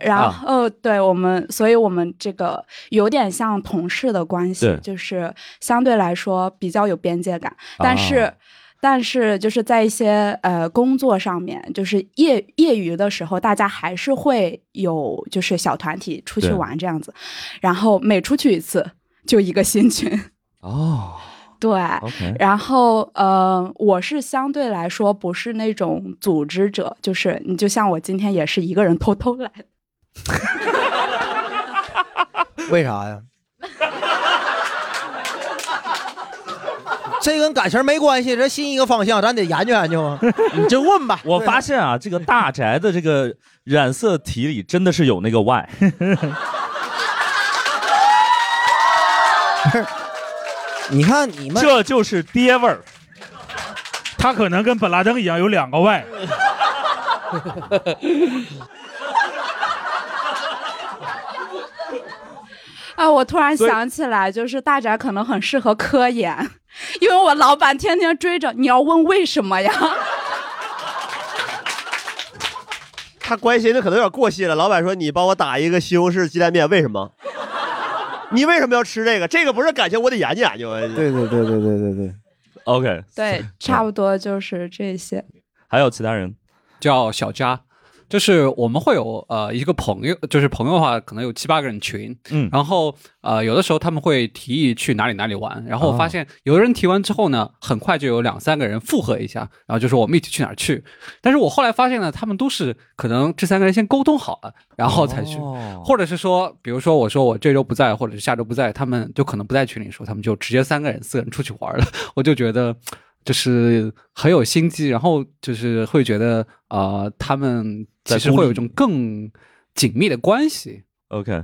H: 然后、对我们，所以我们这个有点像同事的关系
I: 对，
H: 就是相对来说比较有边界感，但是。
I: 啊
H: 但是就是在一些呃工作上面，就是业业余的时候，大家还是会有就是小团体出去
A: 对
H: 玩这样子，然后每出去一次就一个新群，
A: 哦，
H: 对
A: OK
H: 然后呃，我是相对来说不是那种组织者，就是你就像我今天也是一个人偷偷来的，
C: <laughs> 为啥
B: <laughs>
C: 呀？这跟感情没关系，这新一个方向，咱得研究研究
B: <laughs>
C: 啊。
A: 你就问吧。 <laughs> 我发现啊，这个大宅的这个染色体里真的是有那
D: <laughs>
A: 个 Y。
C: 你看你
B: 们，
A: 这就是爹味儿。
B: 他可能跟本拉登一样有两个 Y。
A: <laughs>
H: 啊，我突然
A: 所以
H: 想起来，就是大宅可能很适合科研， <laughs> 因为我老板天天追着你要问为什么呀？ <laughs>
D: 他关心的可能有点过细了。老板说：“你帮我打一个西红柿鸡蛋面，为什么？ <laughs> 你为什么要吃这个？这个不是感情，我得研究研究。”
C: 对对对对对对对。
A: OK， <laughs>
H: 对，差不多就是这些。
A: 还有其他人
J: 叫小佳，就是我们会有呃一个朋友，就是朋友的话可能有七八个人群，
A: 嗯
J: 然后呃有的时候他们会提议去哪里哪里玩，然后我发
A: 哦
J: 现有的人提完之后呢，很快就有两三个人附和一下，然后就说我们一起去哪儿去，但是我后来发现呢，他们都是可能这三个人先沟通好了，然后才去，
A: 哦
J: 或者是说，比如说我说我这周不在，或者是下周不在，他们就可能不在群里说，他们就直接三个人四个人出去玩了， <laughs> 我就觉得。就是很有心机，然后就是会觉得啊、呃他们其实
A: 在公
J: 会
A: 里
J: 有一种更紧密的关系。
A: OK，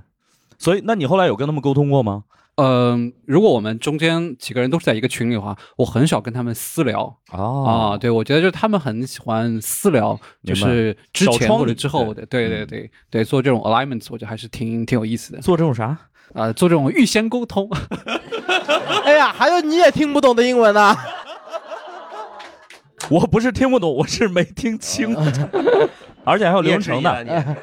A: 所以那你后来有跟他们沟通过吗？
J: 嗯、如果我们中间几个人都是在一个群里的话，我很少跟他们私聊
A: 啊、
J: 对，我觉得就是他们很喜欢私聊，就
A: 明白
J: 是之
A: 小
J: 前
A: 窗
J: 或者
A: 里
J: 之后的，对对对对，做这种 alignments，我觉得还是挺挺有意思的。
A: 做这种啥？
J: 啊，做这种预先沟通。
D: 哎呀，还有你也听不懂的英文呢、
E: 啊
A: 我不是听不懂，我是没听清，而且还有流程呢。
D: 哦你也是一样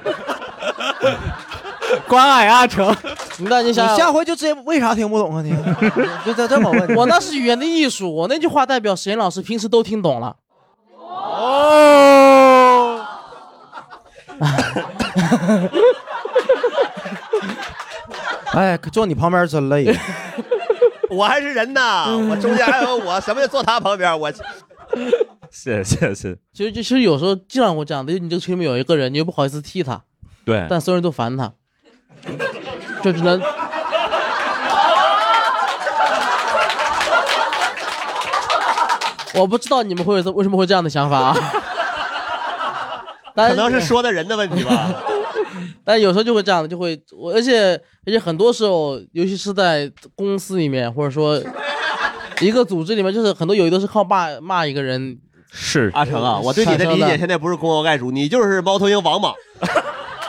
A: <laughs> 关爱阿成，
E: 那
C: <laughs>
E: 你
C: 你
E: 想想
C: 下回就直接为啥听不懂啊
B: <laughs>
C: 你？ <laughs> 就这这么问，
E: 我那是语言的艺术，我那句话代表沈岩老师平时都听懂了。
D: 哦，
C: <laughs> 哎，可坐你旁边真
B: <laughs>
C: 累。
D: <laughs> 我还是人呐，
A: 嗯
D: 我中间还有我，什么也坐他旁边，
A: <laughs>
D: 我
A: 谢谢谢，
E: 其实就其实有时候，就像我讲的，就你这个群里面有一个人，你又不好意思踢他，
A: 对
E: 但所有人都烦他，就只能我不知道你们会有这为什么会这样的想法啊？ <laughs> 但
D: 可能是说的人的问题
B: <laughs>
D: 吧。
E: 但有时候就会这样的，就会我，而且而且很多时候，尤其是在公司里面，或者
A: <laughs>
E: 说一个组织里面，就是很多友谊都是靠骂骂一个人。
A: 是
D: 阿成啊，我对你的理解现在不是公我盖主，你就是猫头鹰王莽。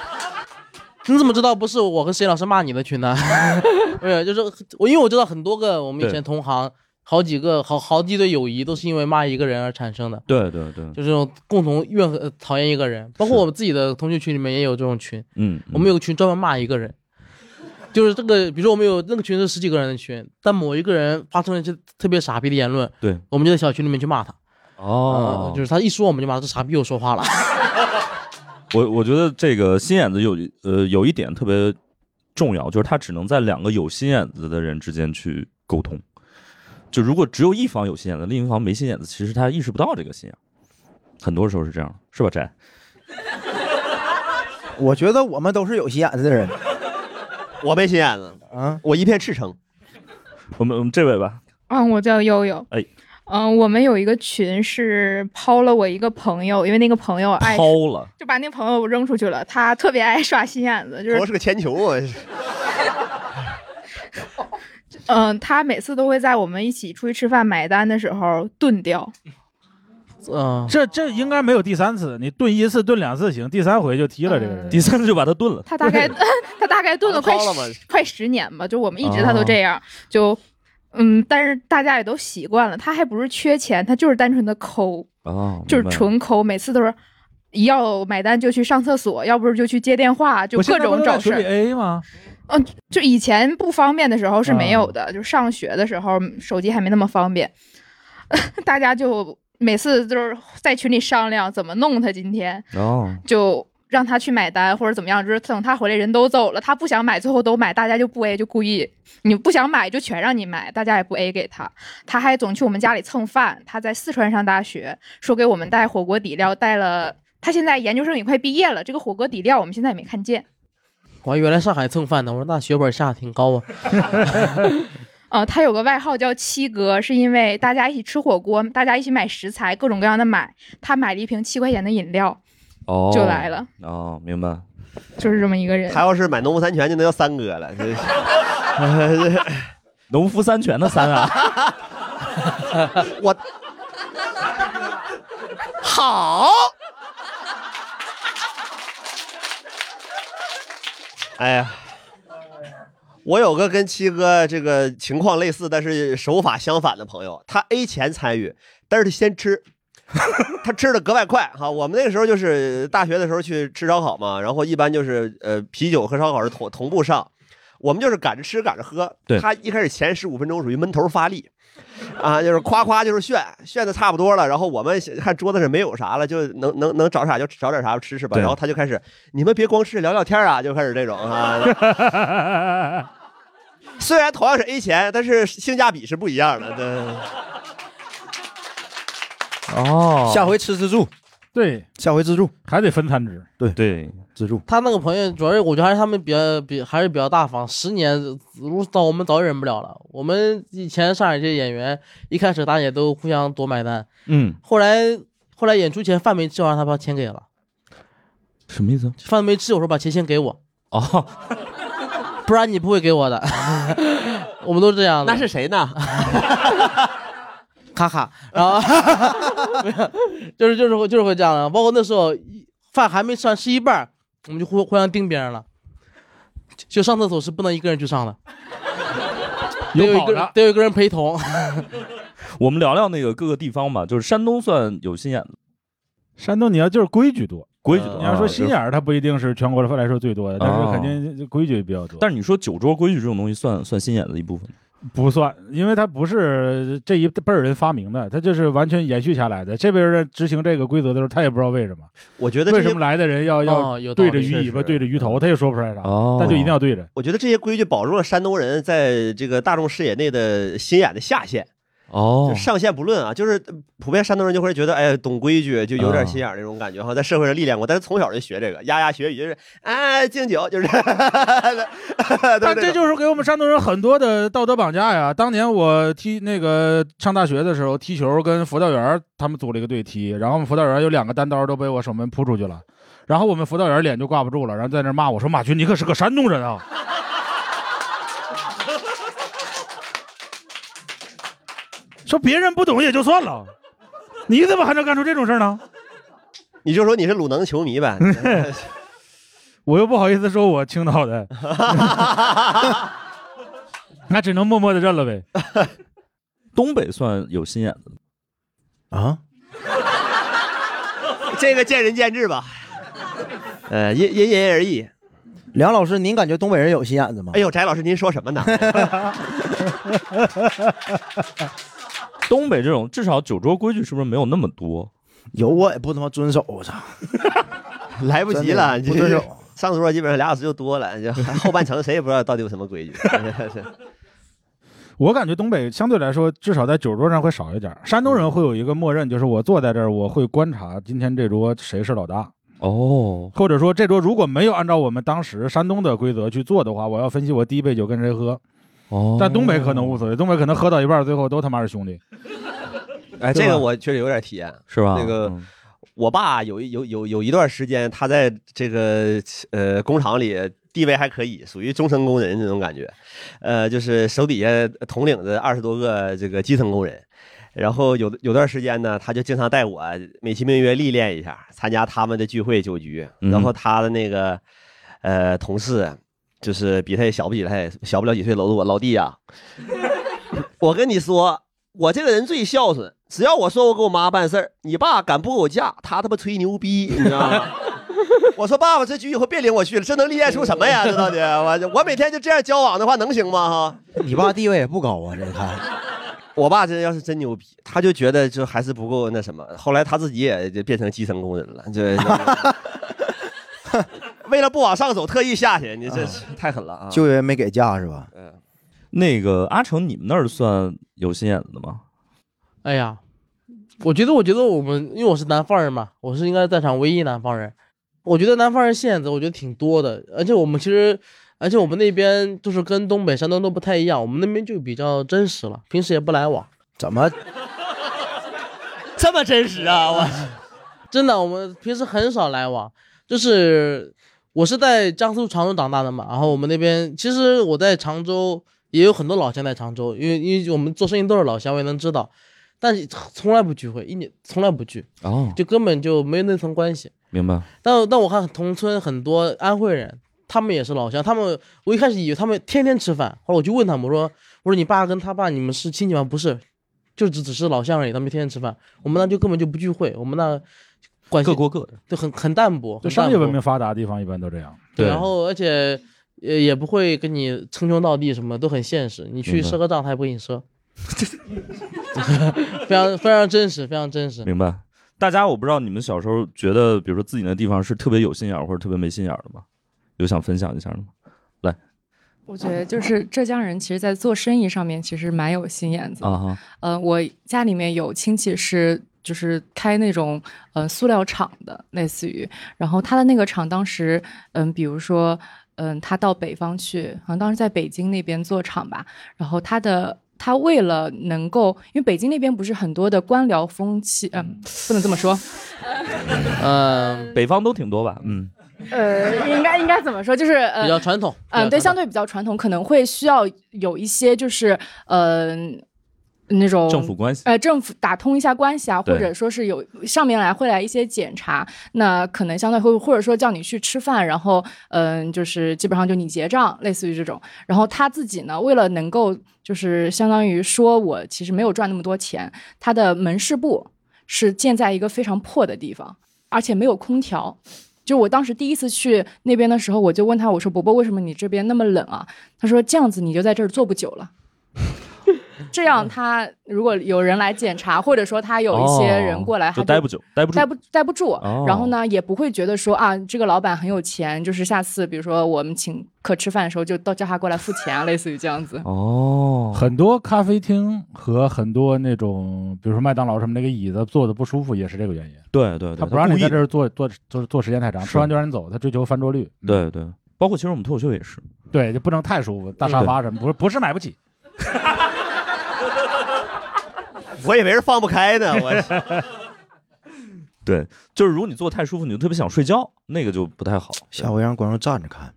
E: <laughs> 你怎么知道不是我和谁老师骂你的群呢？ <laughs> 没有，就是我，因为我知道很多个我们以
A: 对
E: 前同行，好几个好好几对友谊都是因为骂一个人而产生的，
A: 对对对，
E: 就是这种共同怨恨、呃讨厌一个人。包括我们自己的同学群里面也有这种群，
A: 嗯，
E: 我们有个群专门骂一个人，就是这个，比如说我们有那个群是十几个人的群，但某一个人发生了一些特别傻逼的言论，
A: 对
E: 我们就在小区里面去骂他。
A: 哦
E: 呃就是他一说我们就骂他这傻逼又说话了。 <laughs>
A: 我我觉得这个心眼子有一呃有一点特别重要，就是他只能在两个有心眼子的人之间去沟通。就如果只有一方有心眼子，另一方没心眼子，其实他意识不到这个心眼，很多时候是这样，是吧？翟，
C: 我觉得我们都是有心眼子的人。
D: 我没心眼子
C: 啊，
D: 我一片赤诚。
A: 我们我们这位吧，
I: 嗯，我叫悠悠。
A: 哎，
I: 嗯、我们有一个群是抛了我一个朋友，因为那个朋友
G: 哎
I: 爱
A: 抛了，
I: 就把那朋友扔出去了。他特别爱刷心眼子，就是
D: 我是个铅球啊，
I: 嗯、他每次都会在我们一起出去吃饭买单的时候顿掉。
E: 嗯，
B: 这这应该没有第三次，你炖一次炖两次行，第三回就踢了这个人，
A: 嗯第三次就把他炖了。
I: 他大概 <laughs> 他大概
A: 啊
I: 炖了快
B: 他抛了
I: 十快十年吧，就我们一直
B: 哦
I: 他都这样，就嗯，但是大家也都习惯了。他还不是缺钱，他就是单纯的抠，
A: 哦，
I: 就是
A: 明白
I: 纯抠，每次都是一要买单就去上厕所，要不是就去接电话，就
B: 我现
I: 各
B: 在不
I: 种
B: 都
I: 找
B: 在哎
I: 事
B: 群里
I: 儿。
B: A 吗？
I: 嗯，就以前不方便的时候是没
B: 嗯
I: 有的，就上学的时候手机还没那么方便， <laughs> 大家就每次都是在群里商量怎么弄他今天。
A: 哦，
I: 就让他去买单或者怎么样，就是等他回来人都走了，他不想买，最后都买，大家就不 A 就故意，你不想买就全让你买，大家也不 A 给他。他还总去我们家里蹭饭，他在四川上大学，说给我们带火锅底料，带了。他现在研究生也快毕业了，这个火锅底料我们现在也没看见。
E: 我还原来上海蹭饭呢，我说那血本下得挺高啊。
I: 呃，他有个外号叫七哥，是因为大家一起吃火锅，大家一起买食材，各种各样的买。他买了一瓶七块钱的饮料，
A: 哦，
I: <laughs> 就来了。
A: 哦，明白。
I: 就是这么一个人。
D: 他要是买农夫山泉，就能叫三哥了。这
A: <laughs> 农夫山泉的山啊，
D: <laughs>
A: <laughs>
D: 我好。哎呀，我有个跟七哥这个情况类似，但是手法相反的朋友，他 A 钱参与，但是他先吃，他吃的格外快哈。我们那个时候就是呃大学的时候去吃烧烤嘛，然后一般就是呃啤酒和烧烤是同同步上，我们就是赶着吃赶着喝。
A: 对
D: 他一开始前十五分钟属于闷头发力。啊，就是夸夸就是炫，炫的差不多了，然后我们看桌子上没有啥了，就能能能找啥就找点啥吃吃吧。
A: 对
D: 然后他就开始，你们别光吃，聊聊天啊，就开始这种啊。虽然同样是 A 钱，但是性价比是不一样的。对，
A: 哦
C: 下回吃自助，
B: 对，
C: 下回自助
B: 还得分摊支，
C: 对
A: 对，
C: 自助。
E: 他那个朋友，主要是我觉得还是他们比较比还是比较大方。十年，如早我们早就忍不了了。我们以前上海这些演员，一开始大家也都互相多买单，
A: 嗯，
E: 后来后来演出前饭没吃完，他把钱给了，
A: 什么意思？
E: 饭没吃，我说把钱先给我，
A: 哦，
E: 不然你不会给我的。我们都这样的。
D: 那是谁
E: <laughs>
D: 呢？
E: 卡卡，然后 <laughs> 没有，就是就是会就是会这样的。包括那时候一饭还没吃完，吃一半儿，我们就互互相盯别人了。就就上厕所是不能一个人去上的，得有一
A: 跑
E: 个
A: 的
E: 人得有一个人陪同。
A: <laughs> 我们聊聊那个各个地方吧，就是山东算有心眼子，
B: 山东你要就是规矩多，
A: 规矩多。
B: 呃你要说心眼
A: 啊
B: 儿，它不一定是全国的来说最多的，但
A: 哦
B: 是肯定规矩比较多
A: 就是。但是你说酒桌规矩这种东西算算心眼子的一部分吗，
B: 不算，因为它不是这一辈儿人发明的，它就是完全延续下来的。这辈儿人执行这个规则的时候，他也不知道为什么，
D: 我觉得这
B: 为
D: 些
B: 什么来的人要
E: 哦有
B: 要
E: 道理
B: 对着鱼尾
E: 确
B: 巴
E: 实
B: 对着鱼头，他也说不出来啥，
A: 哦
B: 但就一定要对着。
D: 我觉得这些规矩保住了山东人在这个大众视野内的心眼的下限。
A: 哦
D: 就上限不论啊，就是呃普遍山东人就会觉得，哎，懂规矩就有点心眼儿那种感觉，好像在社会上历练过，但是从小就学这个，牙牙学语，就是哎敬酒，就是， <laughs>
B: 但
D: 但
B: 这就是给我们山东人很多的道德绑架呀。当年我踢那个上大学的时候，踢球跟辅导员儿他们组了一个队踢，然后我们辅导员儿有两个单刀都被我守门扑出去了，然后我们辅导员儿脸就挂不住了，然后在那儿骂我说：“马军，你可是个山东人啊 <laughs> 说别人不懂也就算了，你怎么还能干出这种事儿呢？”
D: 你就说你是鲁能球迷呗，
B: 我又不好意思说我青岛
A: <laughs>
B: 的， <laughs> 那只能默默的认了呗。
A: <laughs> 东北算有心眼子的。
C: 啊，
D: <laughs> 这个见仁见智吧， <laughs> 呃，因因人而异。
C: 梁老师，您感觉东北人有心眼子吗
D: 哎？呦，翟老师，您说什么
C: <laughs>
D: 呢？
A: 东北这种至少酒桌规矩是不是没有那么多？
C: 有我也不他妈遵守，
A: <laughs>
C: 我操！
D: <laughs> 来不及了，
C: 真的不
D: 这
C: 遵守
D: <laughs> 上桌基本上俩小时就多了，就后半程谁也不知道到底有什么规矩。 <laughs>
B: 我感觉东北相对来说，至少在酒桌上会
A: 嗯
B: 少一点儿。山东人会有一个默认，就是我坐在这儿，我会观察今天这桌谁是老大。
A: 哦，
B: 或者说这桌如果没有按照我们当时山东的规则去做的话，我要分析我第一杯酒跟谁喝。
A: 哦
B: 但东北可能无所谓，东北可能喝到一半儿最后都他妈是兄弟。
D: 哎，
B: 对
D: 这
B: 吧
D: 个我确实有点体验，
A: 是吧嗯
D: 那个。我爸有一有有有一段时间，他在这个呃工厂里地位还可以，属于中层工人那种感觉，呃，就是手底下统领着二十多个这个基层工人，然后有的有段时间呢，他就经常带我美其名曰历练一下，参加他们的聚会酒局，然后
A: 嗯
D: 他的那个呃同事，就是比他也小不起来，小不了几岁，搂着我老弟啊呀、我跟你说，我这个人最孝顺，只要我说我给我妈办事儿，你爸敢不给我假，他他妈吹牛逼，你知道吗？ <laughs> 我说爸爸，这局以后别领我去了，这能历练出什么呀？这到底，我我每天就这样交往的话，能行吗？哈，
C: 你爸地位也不
A: 哦
C: 高啊，这个看。 <laughs>
D: 我爸这要是真牛逼，他就觉得就还是不够那什么。后来他自己也就变成基层工人了，这为了不往上走，特意下去，你这是太狠了啊！
C: 就因为没给价是吧？
D: 嗯，
A: 那个阿成，你们那儿算有心眼子的吗？
E: 哎呀，我觉得，我觉得我们，因为我是南方人嘛，我是应该在场唯一南方人。我觉得南方人线子，我觉得挺多的，而且我们其实，而且我们那边就是跟东北、山东都不太一样，我们那边就比较真实了，平时也不来往。
C: 怎么
E: <laughs> 这么真实
C: <laughs>
E: 啊！我真的，我们平时很少来往，就是我是在江苏常州长大的嘛，然后我们那边其实我在常州也有很多老乡在常州，因为因为我们做生意都是老乡，我也能知道，但是从来不聚会，一年从来不聚，
A: 哦，
E: 就根本就没有那层关系。
A: 明白。
E: 但但我看同村很多安徽人，他们也是老乡，他们我一开始以为他们天天吃饭，后来我就问他们，我说我说你爸跟他爸你们是亲戚吗？不是，就只只是老乡而已，他们天天吃饭，我们那就根本就不聚会，我们那关系各过
A: 各的，
E: 就很很淡薄，
B: 就
E: 很
B: 商
E: 淡
B: 业
E: 薄
B: 文明发达的地方一般都这样。
E: 对，然后而且也也不会跟你称兄道弟什么，都很现实。你去
A: 明白
E: 赊个账，他也不给你赊， <laughs> 非常非常真实，非常真实。
A: 明白。大家，我不知道你们小时候觉得，比如说自己的地方是特别有心眼儿或者特别没心眼儿的吗？有想分享一下的吗？来
G: 我觉得就是浙江人，其实，在做生意上面其实蛮有心眼子的。
A: 啊哈，
G: 呃，我家里面有亲戚是就是开那种呃塑料厂的，类似于，然后他的那个厂当时，嗯、比如说，嗯、他到北方去，好像当时在北京那边做厂吧，然后他的。他为了能够，因为北京那边不是很多的官僚风气，嗯、不能这么说，
A: 嗯，北方都挺多吧？嗯，
G: 呃，应该应该怎么说，就是呃，
E: 比较传统，
G: 嗯，对，
E: 比较
G: 相对比较传统，可能会需要有一些就是呃那种
A: 政府关系
G: 呃，政府打通一下关系啊，
A: 对
G: 或者说是有上面来会来一些检查，那可能相对会或者说叫你去吃饭，然后嗯、就是基本上就你结账，类似于这种。然后他自己呢，为了能够就是相当于说我其实没有赚那么多钱，他的门市部是建在一个非常破的地方，而且没有空调。就我当时第一次去那边的时候，我就问他，我说：“伯伯，为什么你这边那么冷啊？”他说：“这样子你就在这儿坐不久了。这
A: 嗯
G: 样他如果有人来检查，或者说他有一些人过来，
A: 哦
G: 他
A: 就待不久，待不住，
G: 待不待不住
A: 哦。
G: 然后呢，也不会觉得说啊，这个老板很有钱，就是下次比如说我们请客吃饭的时候，就都叫他过来付钱
A: <laughs>
G: 啊，类似于这样子。
A: 哦，
B: 很多咖啡厅和很多那种，比如说麦当劳什么，那个椅子坐的不舒服也是这个原因。
A: 对对对，
B: 他不让你
A: 故意
B: 在这儿坐坐坐坐时间太长，
A: 是
B: 吃完就让你走，他追求翻桌率，
A: 对对，包括其实我们脱口秀也是，
B: 对，就不能太舒服，大沙发什么，不是不是买不
A: <laughs>
B: 起。
D: 我以为是放不开呢，我
A: 对，就是如果你坐太舒服，你就特别想睡觉，那个就不太好。
C: 下回让观众站着看，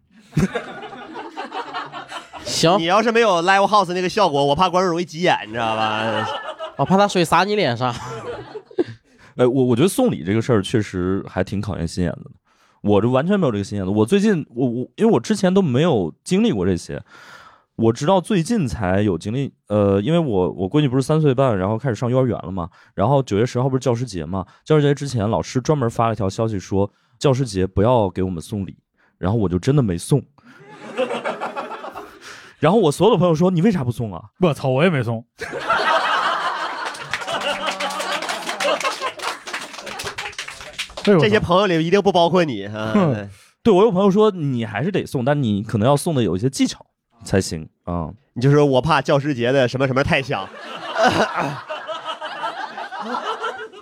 E: 行，
D: 你要是没有 live house 那个效果，我怕观众容易急眼，你知道吧？
E: <laughs> 我怕他水洒你脸上。
A: 哎，我我觉得送礼这个事儿确实还挺考验心眼子的。我这完全没有这个心眼子。我最近我我因为我之前都没有经历过这些，我直到最近才有经历。呃，因为我我闺女不是三岁半，然后开始上幼儿园了嘛。然后九月十号不是教师节嘛？教师节之前，老师专门发了一条消息说教师节不要给我们送礼。然后我就真的没送。 <laughs> 然后我所有的朋友说你为啥不送啊？
B: 我操，我也没送。
D: 这些朋友里一定不包括你嗯哈。对
A: 嗯对我有朋友说你还是得送，但你可能要送的有一些技巧才行啊。
D: 你就
A: <laughs>
D: 说我怕教师节的什么什么太香，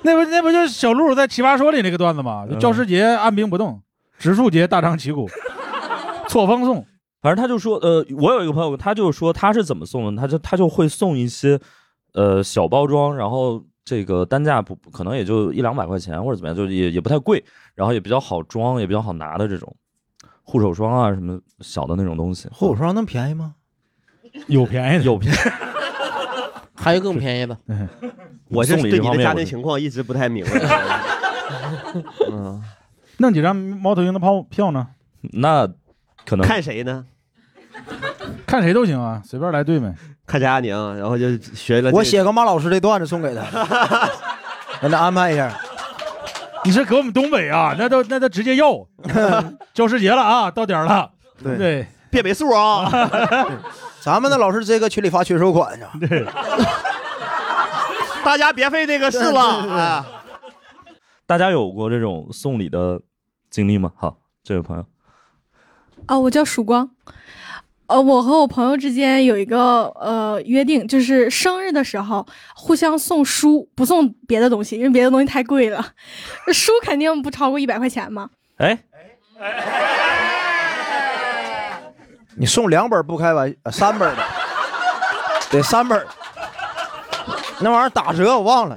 B: 那不那不就是小鹿在《奇葩说》里那个段子吗？
A: 嗯
B: 就教师节按兵不动，植树节大
A: 呃
B: 张旗鼓，错峰送。
A: 反正他就说，呃，我有一个朋友，他就说他是怎么送的，他就他就会送一些，呃，小包装，然后这个单价不可能也就一两百块钱或者怎么样，就也也不太贵，然后也比较好装，也比较好拿的这种护手霜啊什么小的那种东西。
C: 护手霜能便宜吗？
B: 有便宜的，
A: <laughs> 有便宜。
E: 还有更便宜的，
D: 我是
A: 送礼这
D: 对你
A: 方
D: 的
A: 面
D: 家
A: <laughs> 我
D: 庭
A: 是
D: 情况一直不太明白。嗯，
B: 弄几张猫头鹰的票票呢？
A: 那可能
D: 看谁呢？
B: 看谁都行啊，随便来对没？
D: 看贾佳宁，然后就学了这。
C: 我写个马老师这段子送给他，
D: <laughs>
C: 让他安排一下。
B: 你是给我们东北啊？那都那都直接要， <laughs> 教师节了啊，到点儿了。
C: 对
B: 对，
D: 别没数啊！
C: <laughs> 咱们的老师直接搁群里发群收款去。
B: 对，
D: <laughs> 大家别费这个事了
C: 对对对
D: 啊！
A: 大家有过这种送礼的经历吗？好，这位朋友，
K: 啊，我叫曙光。呃，我和我朋友之间有一个呃约定，就是生日的时候互相送书，不送别的东西，因为别的东西太贵了。 <laughs> 书肯定不超过一百块钱嘛。
A: 哎，
C: 你送两本不开玩，呃三本的，得三本儿。那玩意儿打折我忘了，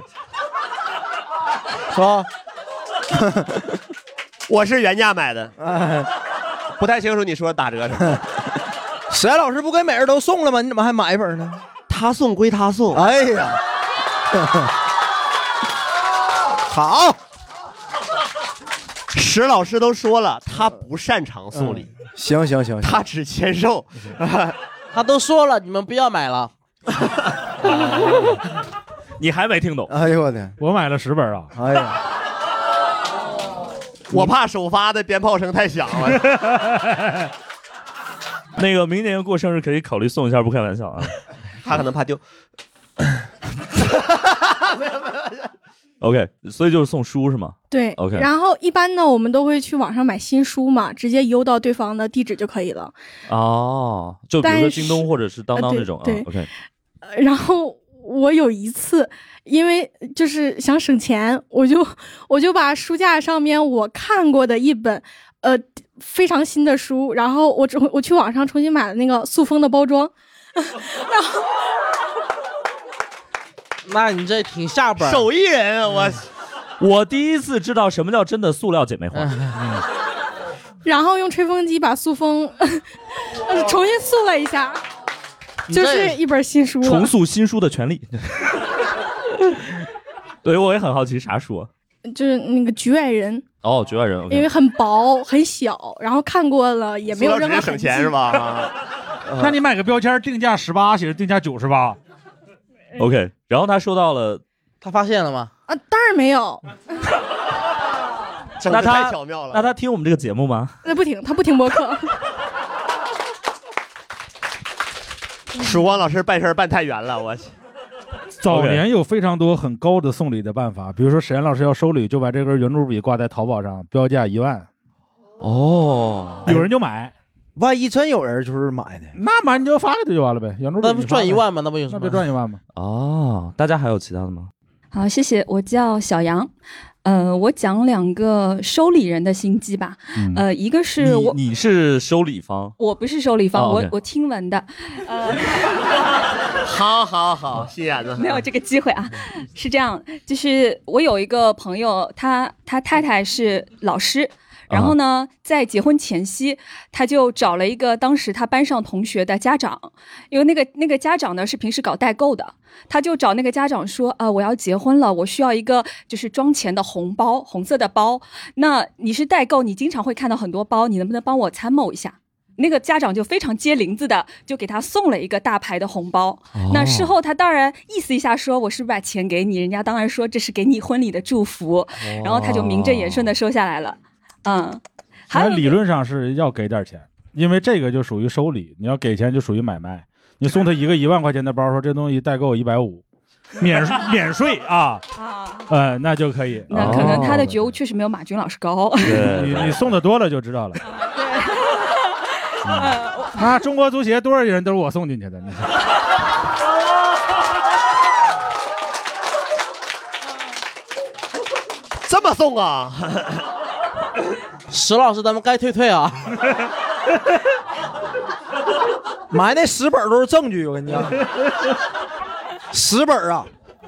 C: 是吧？
D: <laughs> 我是原价买的，
C: 哎
D: 不太清楚你说打折
C: <laughs>
D: 的。
C: 实验老师不给每人都送了吗？你怎么还买一本呢？
D: 他送归他送，
C: 哎呀，
D: <laughs>
C: 好，
D: 石老师都说了，他不擅长送礼，
A: 嗯
C: 行行行，
D: 他只签售。 <laughs>
E: 他都说了，你们不要买
A: 嗯
E: 了。
A: 你还没听懂？
C: 哎呦我
A: <laughs>
C: 的，
B: 我买了十本啊，
C: 哎呀，
D: 我怕首发的鞭炮声太响了。
A: 那个明年过生日可以考虑送一下，不开玩笑啊。
D: <laughs> 他可能怕丢。
A: OK，所以就是送书是吗？
K: 对
A: OK
K: 然后一般呢，我们都会去网上买新书嘛，直接邮到对方的地址就可以了。
A: 哦，就比如说
K: 但是
A: 京东或者是当当
K: 呃对
A: 这种啊
K: 对。
A: OK，
K: 呃然后我有一次，因为就是想省钱，我就我就把书架上面我看过的一本，呃，非常新的书，然后我重我去网上重新买了那个塑封的包装，
E: 那你这挺下本儿，嗯
D: 手艺人啊，我
A: 我第一次知道什么叫真的塑料姐妹花。
E: 嗯
K: 然后用吹风机把塑封 <laughs> 呃重新塑了一下，
E: 你
K: 就
E: 这
K: 是一本新书
A: 重
K: 了。
A: 塑新书的
E: <laughs>
A: 权利。对，我也很好奇啥书啊。
K: 就是那个局外人，
A: 哦，局外人
K: 因为
A: ，OK，
K: 很薄很小，然后看过了也没有
D: 塑料
K: 任何
D: 纸
K: 痕
D: 省
K: 迹
D: 钱是？吧？啊
B: 那你买个标签定价十八，写着定价九十八，
A: OK。然后他收到了，
E: 他发现了吗？
K: 啊，当然没
D: <laughs>
A: <laughs>
K: 有，
D: 整的
A: 那他
D: 太巧妙了。
A: 那他听我们这个节目吗？
K: 那不听，他不听播客。
D: 曙光老师办事儿办太圆了，我去。
B: 早
A: OK
B: 年有非常多很高的送礼的办法，比如说沈岩老师要收礼，就把这根圆珠笔挂在淘宝上，标价一万，
A: 哦，
B: 有人就买，
C: 万一真有人就是买的，
B: 那买你就发给他就完了呗，圆珠笔
E: 那不
B: 你发
E: 赚
B: 呗
E: 一，万吗？那不有什么？
B: 那不赚一万吗？
A: 哦，大家还有其他的吗？
L: 好，谢谢。我叫小杨，呃，我讲两个收礼人的心机吧。
A: 嗯
L: 呃，一个是我，
A: 你你是收礼方，
L: 我不是收礼方，
A: 哦
L: 我
A: OK
L: 我听闻的，呃，
D: 好好好，啊心眼子
L: 没有这个机会啊。是这样，就是我有一个朋友，他他太太是老师。然后呢，在结婚前夕，他就找了一个当时他班上同学的家长，因为那个那个家长呢是平时搞代购的，他就找那个家长说啊、我要结婚了，我需要一个就是装钱的红包，红色的包。那你是代购，你经常会看到很多包，你能不能帮我参谋一下？那个家长就非常接林子的，就给他送了一个大牌的红包。那事后哦他当然意思一下说，我是不是把钱给你？人家当然说这是给你婚礼的祝福，然后他就名正言顺的收下来了。嗯，还
B: 那
L: 有一
B: 理
L: 个
B: 论上是要给点钱，因为这个就属于收礼，你要给钱就属于买卖。你送他一个一万块钱的包，说这东西代购一百五，免免税啊，
L: 啊，
B: 呃，那就可以。
L: 那可能他的
B: 哦
L: 觉悟确实没有马军老师高。
B: 你
A: 哦对，
L: <laughs>
B: 你送的多了就知道了。
L: 嗯
B: 啊，中国足协多少人都是我送进去的，你看
D: 送啊！
E: <laughs> 石老师，咱们该退退啊！
C: 买那十本都是证据，我跟你讲，十本啊，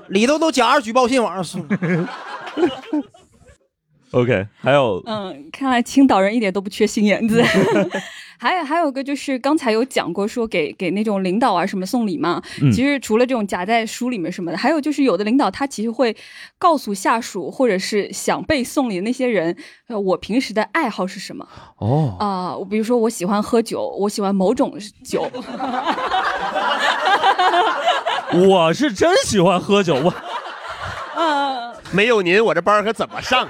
C: 里头都夹着举报信往上送。
A: OK，还有
L: 嗯，看来青岛人一点都不缺心眼
B: <laughs>
L: 子。还有还有个就是刚才有讲过说给给那种领导啊什么送礼嘛，
M: 嗯
L: 其实除了这种夹在书里面什么的，还有就是有的领导他其实会告诉下属或者是想被送礼的那些人，呃我平时的爱好是什么
A: 哦
L: 啊、我比如说我喜欢喝酒，我喜欢某种
A: <laughs>
L: 酒。
A: <laughs> 我是真喜欢喝酒，我
L: 嗯，
D: 没有您，我这班儿可怎么上？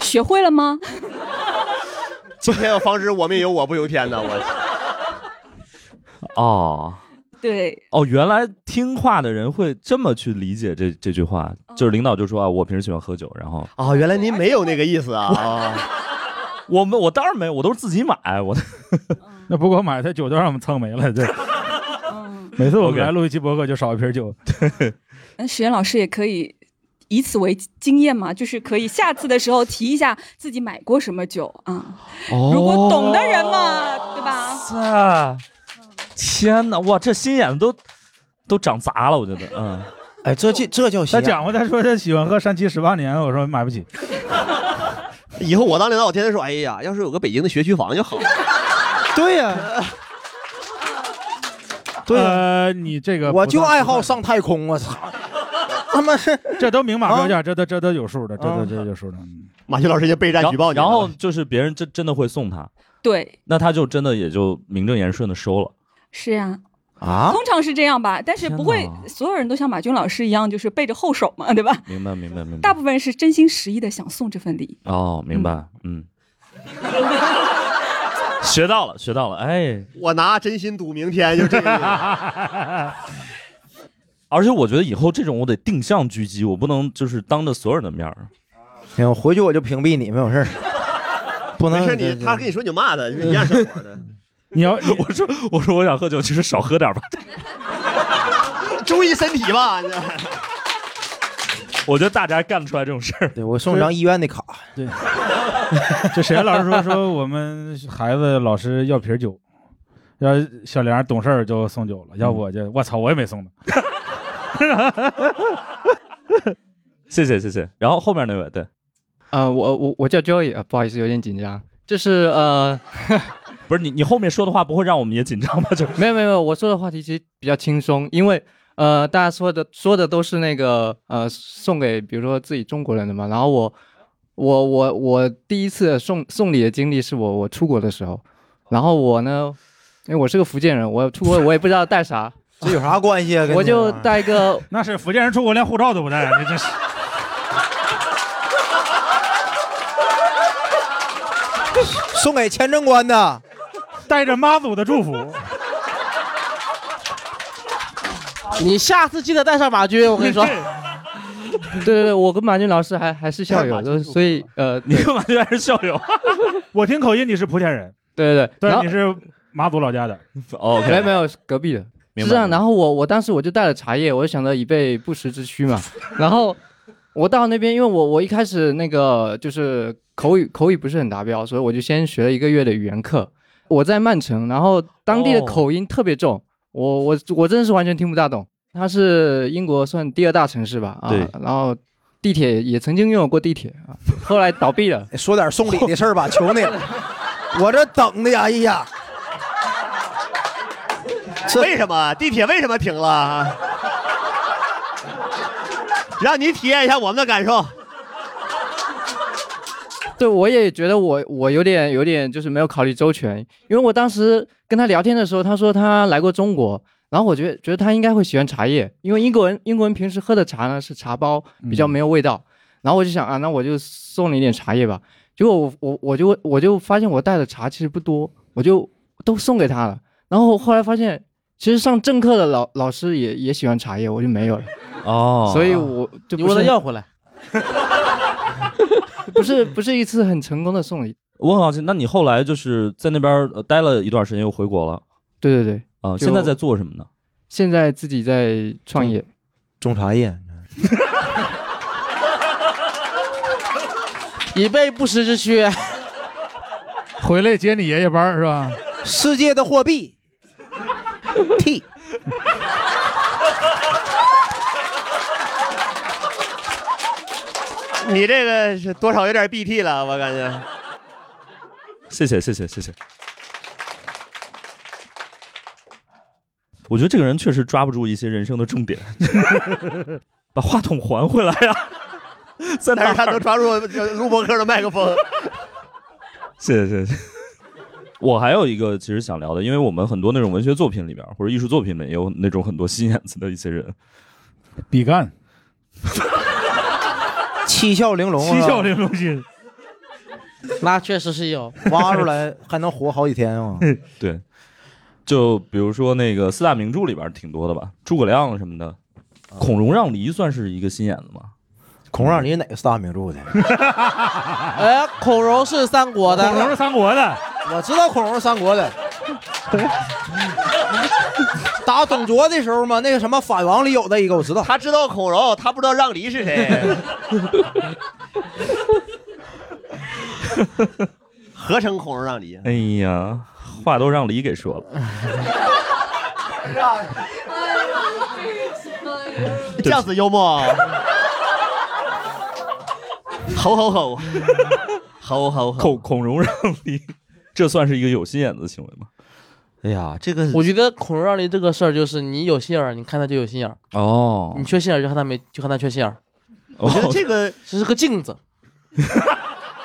L: 学会了吗？
D: 今天要防止我命由我不由天呢，我
A: 哦
L: 对，
A: 哦，原来听话的人会这么去理解这这句话，
L: 嗯
A: 就是领导就说啊，我平时喜欢喝酒，然后
D: 啊，原来您没有那个意思啊
A: 我们我当然没有，我都是自己买，我
N: 嗯
B: 那不给我买，他酒都让我们蹭没了。对，
N: 嗯
B: 每次我
A: OK
B: 们来录一期博客就少一瓶酒。
L: 那史岩老师也可以以此为经验嘛，就是可以下次的时候提一下自己买过什么酒啊。如果懂的人嘛，对吧？
A: 啊，天哪，哇，这心眼子都都长砸了，我觉得，
D: <laughs>
A: 嗯，
C: <laughs> 哎，这这这叫
B: 他讲过，他说他喜欢喝山崎十八年，我说买不起。
D: 以后我当领导，我天天说，哎呀，要是有个北京的学区房就好了。
C: 对呀、对呀
B: 呃，你这个
C: 我
B: 不
C: 就
B: 算
C: 爱好上太空，
B: <laughs>
C: 我操！啊他妈是
B: 这都明码标价，这都这都有数的，这
C: 啊
B: 都这都有数的。
D: 马军老师已经备战
A: 然后
D: 举报你了
A: 然后就是别人真真的会送他，
L: 对，
A: 那他就真的也就名正言顺的收了
L: 是呀、
A: 啊
L: 通常是这样吧，但是不会所有人都像马军老师一样，就是背着后手嘛，啊对吧？
A: 明白明白明白
L: 大部分人是真心实意的想送这份礼。
A: 哦，明白，嗯， <laughs> 学到了学到了，哎，
D: 我拿真心赌明天，就这个意思。 <laughs>
A: 而且我觉得以后这种我得定向狙击，我不能就是当着所有人的面儿。
C: 行，回去我就屏蔽你，没有
B: <laughs>
C: 事儿，不能
D: 没事，你他跟你说你就骂他，就是一样生活 <laughs> 的。
B: 你 <laughs> 要
A: 我说我说我想喝酒，其实少喝点吧。
D: 注意身体吧。你
A: 我觉得大家干得出来这种事儿。
C: 对我送张医院的卡。
B: 对， <laughs> 这沈岩老师说说我们孩子老师要瓶酒，要小梁懂事儿就送酒了，要我就我操我也没送呢。
A: 谢谢谢谢。然后后面那位，对，
N: 呃，我我我叫 Joy，、呃、不好意思，有点紧张。就是呃，
A: <laughs> 不是你你后面说的话不会让我们也紧张吧？就
N: 没有没有没有，我说的话题其实比较轻松，因为呃，大家说的说的都是那个呃送给比如说自己中国人的嘛。然后我我我我第一次送送礼的经历是我我出国的时候，然后我呢，因为我是个福建人，我出国我也不知道带
A: <laughs>
N: 啥，
C: 这有啥关系啊？跟
N: 我就
C: 这玩意儿
N: 带一个，
B: <laughs> 那是福建人出国连护照都不带，你这是。
C: 送给签证官的，
B: 带着妈祖的祝福。
E: 你下次记得带上马军，我跟你说。
N: 对对对，我跟马军老师还还是校友，都所以呃，你
A: 跟马军还是校
N: <laughs>
A: <laughs> 友，
B: 我听口音你是莆田人，
N: 对对对，然
B: 对，
N: 后
B: 你是马祖老家的。
A: 哦
N: 没有没有，是隔壁的。
B: 明白
N: 是这样，然后我我当时我就带了茶叶，我就想着以备不时之需嘛。然后我到那边，因为我我一开始那个就是口语口语不是很达标，所以我就先学了一个月的语言课。我在曼城，然后当地的口音特别重，我我我真的是完全听不大懂。它是英国算第二大城市吧？啊
C: 对，
N: 然后地铁也曾经拥有过地铁啊，后来倒闭了。
C: <laughs> 说点送礼的事儿吧，求你了。我这等的呀，哎呀，
D: 为什么地铁为什么停了？让你体验一下我们的感受。
N: 对，我也觉得我我有点有点就是没有考虑周全，因为我当时跟他聊天的时候，他说他来过中国，然后我觉得觉得他应该会喜欢茶叶，因为英国人英国人平时喝的茶呢是茶包，比
E: 嗯
N: 较没有味道，然后我就想啊，那我就送你一点茶叶吧。结果我我我就我就发现我带的茶其实不多，我就都送给他了。然后后来发现，其实上政课的老老师也也喜欢茶叶，我就没有了。
A: 哦
N: 所以我就
E: 你
N: 不
E: 问
N: 是
E: 他
N: 很
E: 要回来。
N: 不是不是一次很成功的送礼。
A: 我很好奇，那你后来就是在那边、呃待了一段时间，又回国了？
N: 对对对，
A: 啊、
N: 就
A: 现在在做什么呢？
N: 现在自己在创业，
C: 种
N: <laughs>
C: 茶叶。
E: 以备不时之需。
B: <laughs> 回来接你爷爷班儿是吧？
C: 世界的货
B: <laughs>
C: 币 T，
D: 你这个是多少有点 BT 了，我感觉。
A: 谢谢谢谢谢谢。我觉得这个人确实抓不住一些人生的重点，把话筒还回来啊呀、在哪
D: 但
A: 儿
D: 是他能抓住呃录播课的麦克风。
A: 谢谢谢谢。 <laughs> 我还有一个其实想聊的，因为我们很多那种文学作品里边儿或者艺术作品里面也有那种很多心眼子的一些人，
B: 比干，
C: 七窍玲珑啊，
E: 七窍玲珑
B: 是
E: 那确实是有
C: 挖出来还能活好几天
B: <laughs>
C: 啊。
A: 对，就比如说那个四大名著里边儿挺多的吧，诸葛亮什么的，孔融让梨算是一个心眼子吗？
C: 啊孔融让梨哪个四大名著的？
E: <laughs> 哎，孔融是三国的，
C: 孔融是
B: 三国的，
C: 我知道孔融是三国
B: <laughs>
C: 的。打董卓的时候嘛，那个什么反王里有的一个我知道。
D: 他知道孔融，他不知道让梨是谁。合成孔融让梨，
A: 哎呀，话都让梨给说了。
D: <laughs> 这样子幽默啊。吼吼吼，吼吼吼！
A: 孔孔融让梨，这算是一个有心眼子的行为吗？
D: 哎呀，这个
E: 我觉得孔融让梨这个事儿，就是你有心眼儿，你看他就有心眼儿；
A: 哦，
E: 你缺心眼儿，就看他没，就看他缺心眼儿。
A: 我
D: 觉得这个
E: 这是个镜子，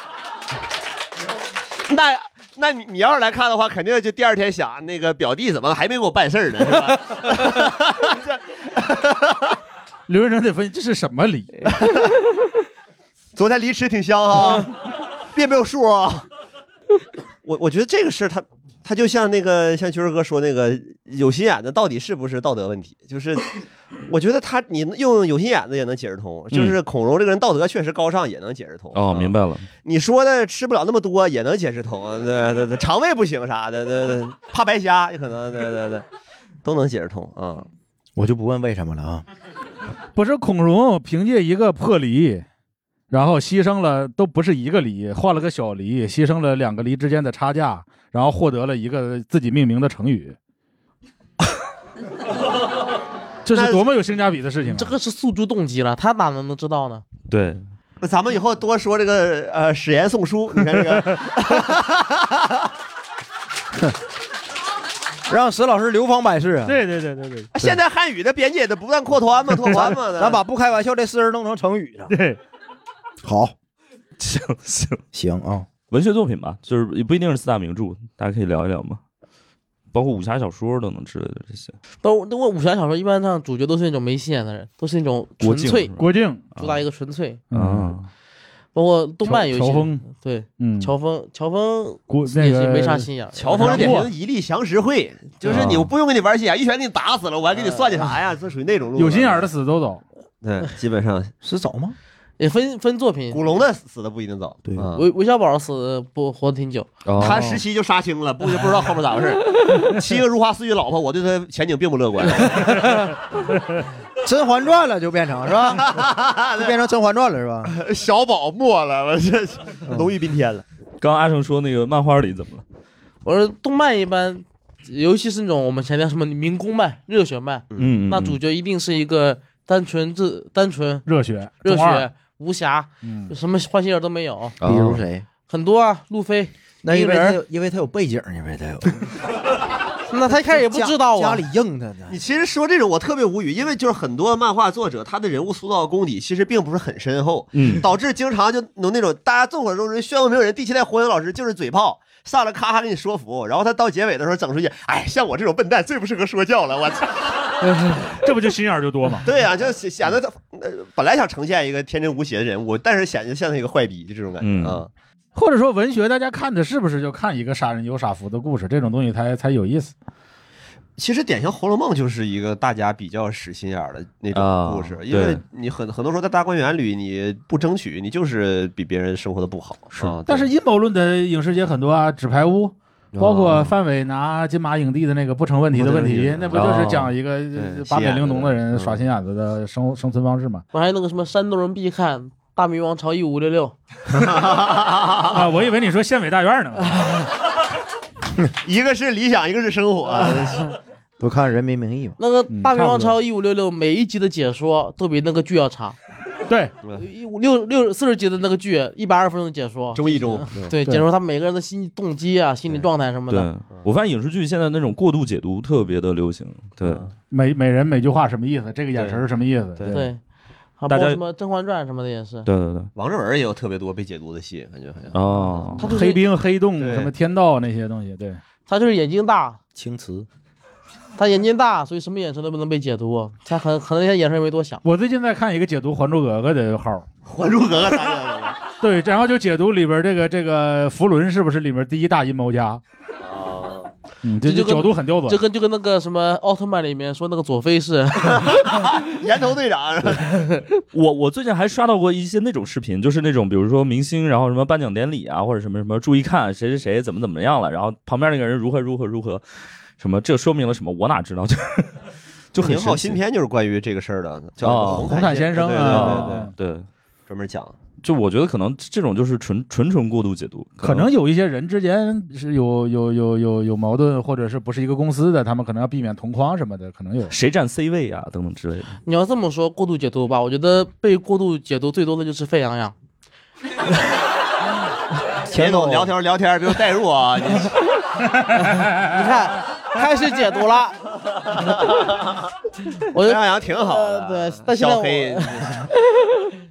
D: <laughs> 那那你你要是来看的话，肯定就第二天想那个表弟怎么还没给我办事儿呢，是吧？ <laughs>
B: 刘仁成得分析这是什么啊梨？
D: <laughs> 昨天梨吃挺香啊，别没有数啊。 <laughs> 我我觉得这个事儿，他他就像那个像军儿哥说那个有心眼子到底是不是道德问题？就是我觉得他你用有心眼子也能解释通，
B: 嗯
D: 就是孔融这个人道德确实高尚也能解释通。
A: 哦，明白了。
D: 你说的吃不了那么多也能解释通，对对对，肠胃不行啥的，对对，怕白瞎也可能，对对对，都能解释通啊。
C: 我就不问为什么了啊。
B: 不是孔融凭借一个破梨，然后牺牲了都不是一个梨，换了个小梨，牺牲了两个梨之间的差价，然后获得了一个自己命名的成 <laughs> 语。这是多么有性价比的事情、啊！
E: 这个是诉诸动机了，他哪能知道呢？
A: 对，
D: 那咱们以后多说这个呃史言宋书，你看这个
C: <laughs> 啊让石老师流芳百世啊！
B: <laughs> <laughs> 对对对对对，
D: 现在汉语的边界得不断扩宽嘛，拓宽嘛。
C: 咱把不开玩笑这四人弄成成语了。
B: 对，
C: 好，
A: 行行
C: 行啊，
A: 文学作品吧，就是也不一定是四大名著，大家可以聊一聊嘛，包括武侠小说都能之类的这些。
E: 都都武侠小说一般上主角都是那种没心眼的人，都是那种
A: 国
E: 纯
A: 境
E: 粹
A: 是吧
B: 国境
E: 主打一个纯粹。
D: 嗯
A: 啊，
E: 包括动漫有一些
B: 嗯乔乔峰
E: 对，
B: 嗯
E: 乔峰，乔峰
B: 国那
E: 也是
B: 个
E: 没啥心眼儿。
D: 乔峰是典型的一力降十会，
C: 啊
D: 就是你我不用跟你玩心眼，一拳给你打死了，我还给你算计啥呀？这属于那种路。
B: 啊有心眼儿的死都走。
D: 对，基本
C: <laughs>
D: 上
C: 是早吗？
E: 也分分作品，
D: 古龙的死的不一定早，啊对，
E: 韦韦小宝死不活得挺久，
D: 啊他十七就杀青了，不不知道后面咋回
E: <laughs>
D: 事。 <laughs> 七个如花似玉老婆，我对他前景并不乐 <laughs> 观。
C: 《甄嬛传》了就变成是
B: 啊
C: 吧？就变成《甄嬛传》了是吧？
D: <laughs> 小宝没了，我这 <laughs> 龙玉宾天了。
A: 刚刚阿成说那个漫画里怎么了？
E: 我说动漫一般，尤其是那种我们前面什么民工漫、热血漫，
A: 嗯嗯
E: 那主角一定是一个单纯自单纯
B: 热血
E: 热
B: 中二
E: 血无暇，
D: 嗯
E: 什么坏心眼儿都没有。
C: 比如谁？
E: 很多啊，路飞、
C: 那因
E: 鸣
C: 为他有
E: 人，
C: 因为他有背景，因为他有。
E: <laughs> 那他一开始也不知道啊
C: 家。里硬他的。
D: 你其实说这种我特别无语，因为就是很多漫画作者他的人物塑造功底其实并不是很深厚，
A: 嗯
D: 导致经常就能那种大家众所周知，宣武鸣人第七代火影老师就是嘴炮，上来咔咔给你说服，然后他到结尾的时候整出去，哎，像我这种笨蛋最不适合说教了，我
C: <laughs>
D: 操！
B: 这不就心眼儿就多吗？
D: <laughs> 对呀、啊，就显显得他、呃本来想呈现一个天真无邪的人物，但是显得像一个坏逼，就这种感觉
C: 嗯
D: 啊。
B: 或者说文学，大家看的是不是就看一个杀人有傻福的故事？这种东西才才有意思。
D: 其实典型《红楼梦》就是一个大家比较使心眼儿的那
A: 啊
D: 种故事，因为
A: 对
D: 你很很多时候在大观园里，你不争取，你就是比别人生活的不好。是，
B: 啊但是阴谋论的影视界很多啊，纸牌屋包括范伟拿金马影帝的那个不成问题的问
E: 不成
B: 题
E: 问，题
B: 那不就是讲一
E: 哦
B: 个
E: 对
B: 八面玲珑的
E: 心眼
B: 人
E: 子
B: 耍心眼子的生生存方式嘛？
E: 我还有那个什么山东人必看《大明王朝一五六六》
D: <laughs>
B: 啊，我以为你说县委大院呢。
D: 一个是理想，一个是
E: <laughs>
D: 生活啊。
C: 不看《人民名义》吗？
E: 那个
B: 嗯
A: 嗯
E: 《大明王
C: 差不 <laughs>
E: 朝一五六六》每一集的解说都比那个剧要长，
B: 对，
E: 一五六六四十集的那个剧，一百二十分钟的解说，
D: 中一中
E: 对，
A: 对
E: 解说他每个人的心理动机啊、心理状态什么
A: 对
E: 的。，
A: 我发现影视剧现在那种过度解读特别的流行。对，
B: 每每人每句话什么意思？这个眼神是什么意思？
A: 对
E: 对，还
A: 大
E: 包
A: 家
E: 括什么《甄嬛传》什么的也是。
A: 对对对，
D: 王志文也有特别多被解读的戏，感觉好像。
A: 哦
E: 他就是
B: 黑冰、黑洞、
E: 对
B: 什么天道那些东西，对，
E: 他就是眼睛大，
D: 青瓷。
E: 他眼睛大，所以什么眼神都不能被解读。他很可能他眼神也没多想。
B: 我最近在看一个解读《还珠格格》的号，《
D: 还珠格格》
B: 对，然后就解读里边这个这个福伦是不是里边第一大阴谋家？嗯，这
E: 就
B: 这
E: 跟
B: 角度很刁钻
E: 就。跟就跟那个什么奥特曼里面说那个佐菲是，
D: <laughs> 岩头队长。
A: 我我最近还刷到过一些那种视频，就是那种比如说明星，然后什么颁奖典礼啊，或者什么什么，注意看谁谁谁怎么怎么样了，然后旁边那个人如何如何如何，什么这说明了什么？我哪知道？ <laughs> 就就很
D: 宁浩
A: 神奇
D: 新片就是关于这个事儿的，叫
A: 哦
D: 《
A: 红毯
D: 先
A: 先生
D: 对
A: 啊
D: 对对
A: 对对，
D: 专门讲。
A: 就我觉得可能这种就是纯纯纯过度解读，
B: 可能有一些人之间是有有有有有矛盾，或者是不是一个公司的，他们可能要避免同框什么的，可能有。
A: 谁占 C 位啊等等之类的。
E: 你要这么说过度解读吧，我觉得被过度解读最多的就是沸羊 <laughs> 羊。
D: 田总哎聊天聊天，别代入
E: <laughs>
D: 啊！你
E: 你看，开始解读了。 <laughs> 我觉得呃
D: 张扬挺好的，
E: 对，但现在
D: 小
E: 我 <laughs>
D: 黑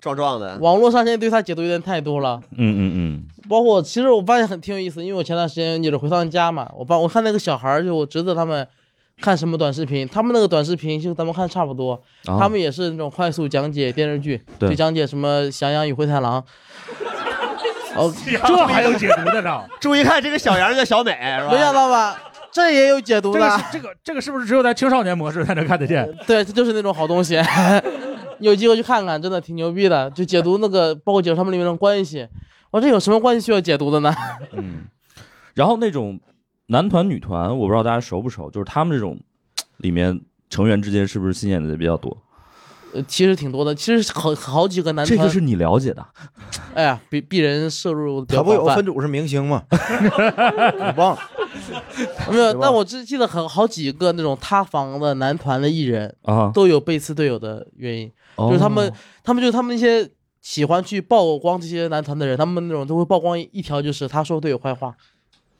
D: 壮壮的，
E: 网络上现在对他解读有点太多了。
A: 嗯嗯
E: 包括其实我发现很挺有意思，因为我前段时间就是回趟家嘛，我爸我看那个小孩儿，就我侄子他们看什么短视频，他们那个短视频就咱们看差不多，
B: 啊
A: 哦
E: 他们也是那种快速讲解电视剧，
A: 对
E: 就讲解什么《降阳与灰太
B: <laughs>
E: 狼》。哦，
B: 这还有解
E: <laughs>
B: 读的呢？
D: 注意看这个小羊叫小美，是吧？
E: 没想到吧？这也有解读
B: 这
E: 的
B: 个是，这个这个是不是只有在青少年模式才能看得见？
E: 对，这就是那种好东西， <laughs> 有机会去看看，真的挺牛逼的。就解读那个，包括解读他们里面的关系，哦我这有什么关系需要解读的呢？
A: 嗯，然后那种男团女团，我不知道大家熟不熟，就是他们这种里面成员之间是不是心眼子比较多？
E: 呃其实挺多的，其实好好几个男
A: 这
E: 团，
A: 个是你了解的，
E: 哎呀，比鄙人摄入比
C: 他
E: 较
C: 不有个
E: 广泛
C: 分
E: <laughs>
C: 组是明星吗？我忘了，
E: 没有，但我只记得很好几个那种塌房的男团的艺人
A: 啊
E: 都有背刺队友的原因，
A: 哦
E: 就是他们，他们就是他们那些喜欢去曝光这些男团的人，他们那种都会曝光一条，就是他说队友坏话，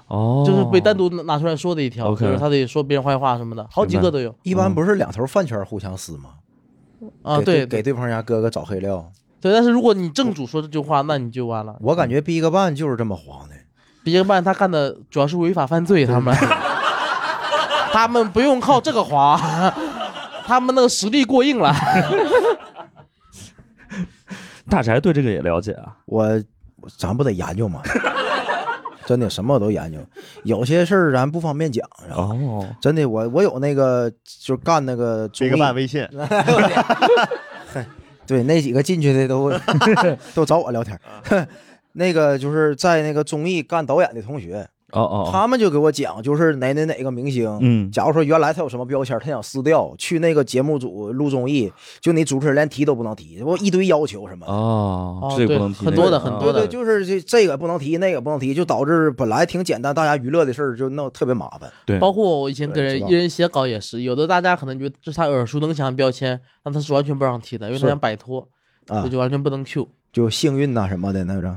A: 哦，
E: 就是被单独拿出来说的一条，
C: OK
E: 就是他得说别人坏话什么的，好几个都有。
C: 一般不是两头饭圈互相撕吗？
E: 啊
C: 给
E: 对
C: 给对方家哥哥找黑料。
E: 对，但是如果你正主说这句话，那你就完了。嗯
C: 我感觉 BigBang 就是这么黄的。
E: BigBang 他干的主要是违法犯罪，
C: <laughs>
E: 他们，他们不用靠这个
C: <laughs>
E: 黄，他们那个实力过硬了。
A: 大宅对这个也了解啊。
C: 我咱不得研究
A: <laughs>
C: 吗？真的什么我都研究，有些事儿咱不方便讲。然后
A: 哦，
C: 真的我我有那个就干那个综艺
D: BigBang 微
E: <laughs>
D: 信
C: 对那几个进去的
A: <laughs>
C: 都都找我聊天
A: 啊
C: 儿。 <laughs> 那个就是在那个综艺干导演的同学，
A: 哦哦，
C: 他们就给我讲，就是哪哪哪个明星，
A: 嗯
C: 假如说原来他有什么标签，他想撕掉，去那个节目组录综艺，就你主持人连提都不能提，我一堆要求什么的。
A: 哦，这个不能提那个，嗯
C: 对对，就是这这个不能提，那个不能提，就导致本来挺简单，大家娱乐的事儿就闹得特别麻烦。
E: 包括我以前给
C: 对知
E: 人
C: 道
E: 一人写稿也是，有的大家可能觉得这是他耳熟能详的标签，但他是完全不让提的，因为他
C: 是
E: 想摆脱，
C: 啊
E: 这就完全不能 Q。
C: 就幸运呐、什么的那种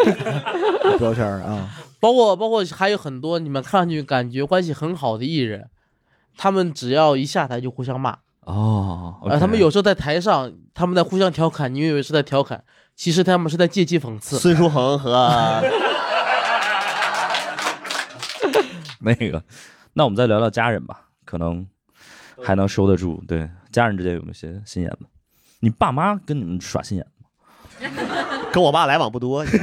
E: <laughs>
C: 标签儿啊，
E: 包括包括还有很多你们看上去感觉关系很好的艺人，他们只要一下台就互相骂，
A: 哦，
E: 呃，他们有时候在台上他们在互相调侃，你以为是在调侃，其实他们是在借机讽刺。
D: 孙书恒和
A: 那个， <laughs> 那我们再聊聊家人吧，可能还能收得住。对，家人之间有没有些心眼子？你爸妈跟你们耍心眼子吗？
D: 跟我爸来往不多。 <laughs>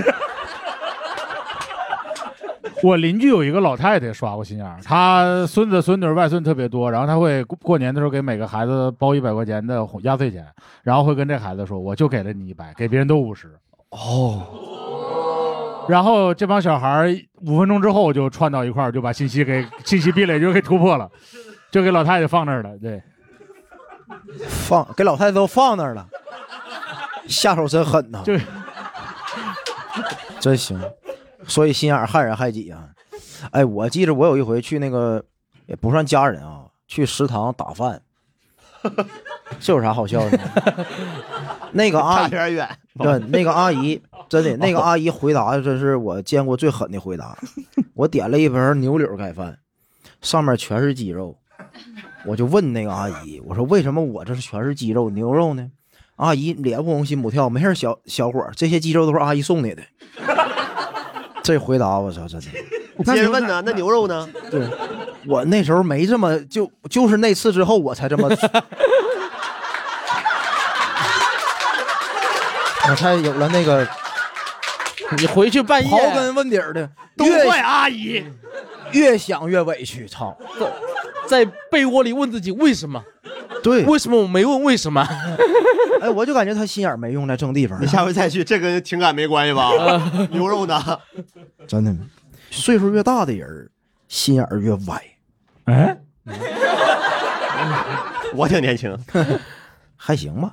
B: <laughs> 我邻居有一个老太啊太耍过心眼儿，她孙子、孙女、外孙特别多，然后她会过过年的时候给每个孩子包一百块钱的红压岁钱，然后会跟这孩子说：“我就给了你一百，给别人都五十。”
A: 哦，
B: 然后这帮小孩儿五分钟之后就串到一块儿，就把信息给信息壁垒就给突破
A: <laughs>
B: 了，就给老太太放那儿了。对，
C: 放给老太太都放那儿了，下手真狠呐、
B: 就
C: <laughs> 真行。所以心眼儿害人害己啊！哎，我记着我有一回去那个，也不算家人啊，去食堂打饭， <laughs> 这有啥好笑的？那个
E: 啊
C: 阿姨
D: <laughs> 差点
A: <laughs>
D: 远。
C: 对，那个阿姨真的，那个阿姨回答真是我见过最狠的回答。我点了一盆牛柳盖饭，上面全是鸡肉，我就问那个阿姨，我说为什么我这是全是鸡肉，牛肉呢？阿姨脸不红心不跳，没事儿小小伙儿，这些鸡肉都是阿姨送你的。这回答我操，真的。
D: 接着问呢，那牛肉
A: <laughs>
D: 呢？
C: 对，我那时候没这么就就是那次之后我才这么，我才有了那个。
E: <laughs> 你回去半夜
C: 刨根问底儿的，
E: 都
C: 越
E: 怪阿姨，
C: 越想越委屈，操！
E: 在被窝里问自己为什么？
C: 对，
E: 为什么我没问为什么？
C: <laughs> 哎，我就感觉他心眼儿没用在正地方。
D: 你下回再去，这跟情感没关系吧？牛肉呢？
C: <laughs> 真的，岁数越大的人儿心眼儿越歪。
B: 哎，
D: 我挺年
A: <laughs>
D: 轻，
C: 还行吧。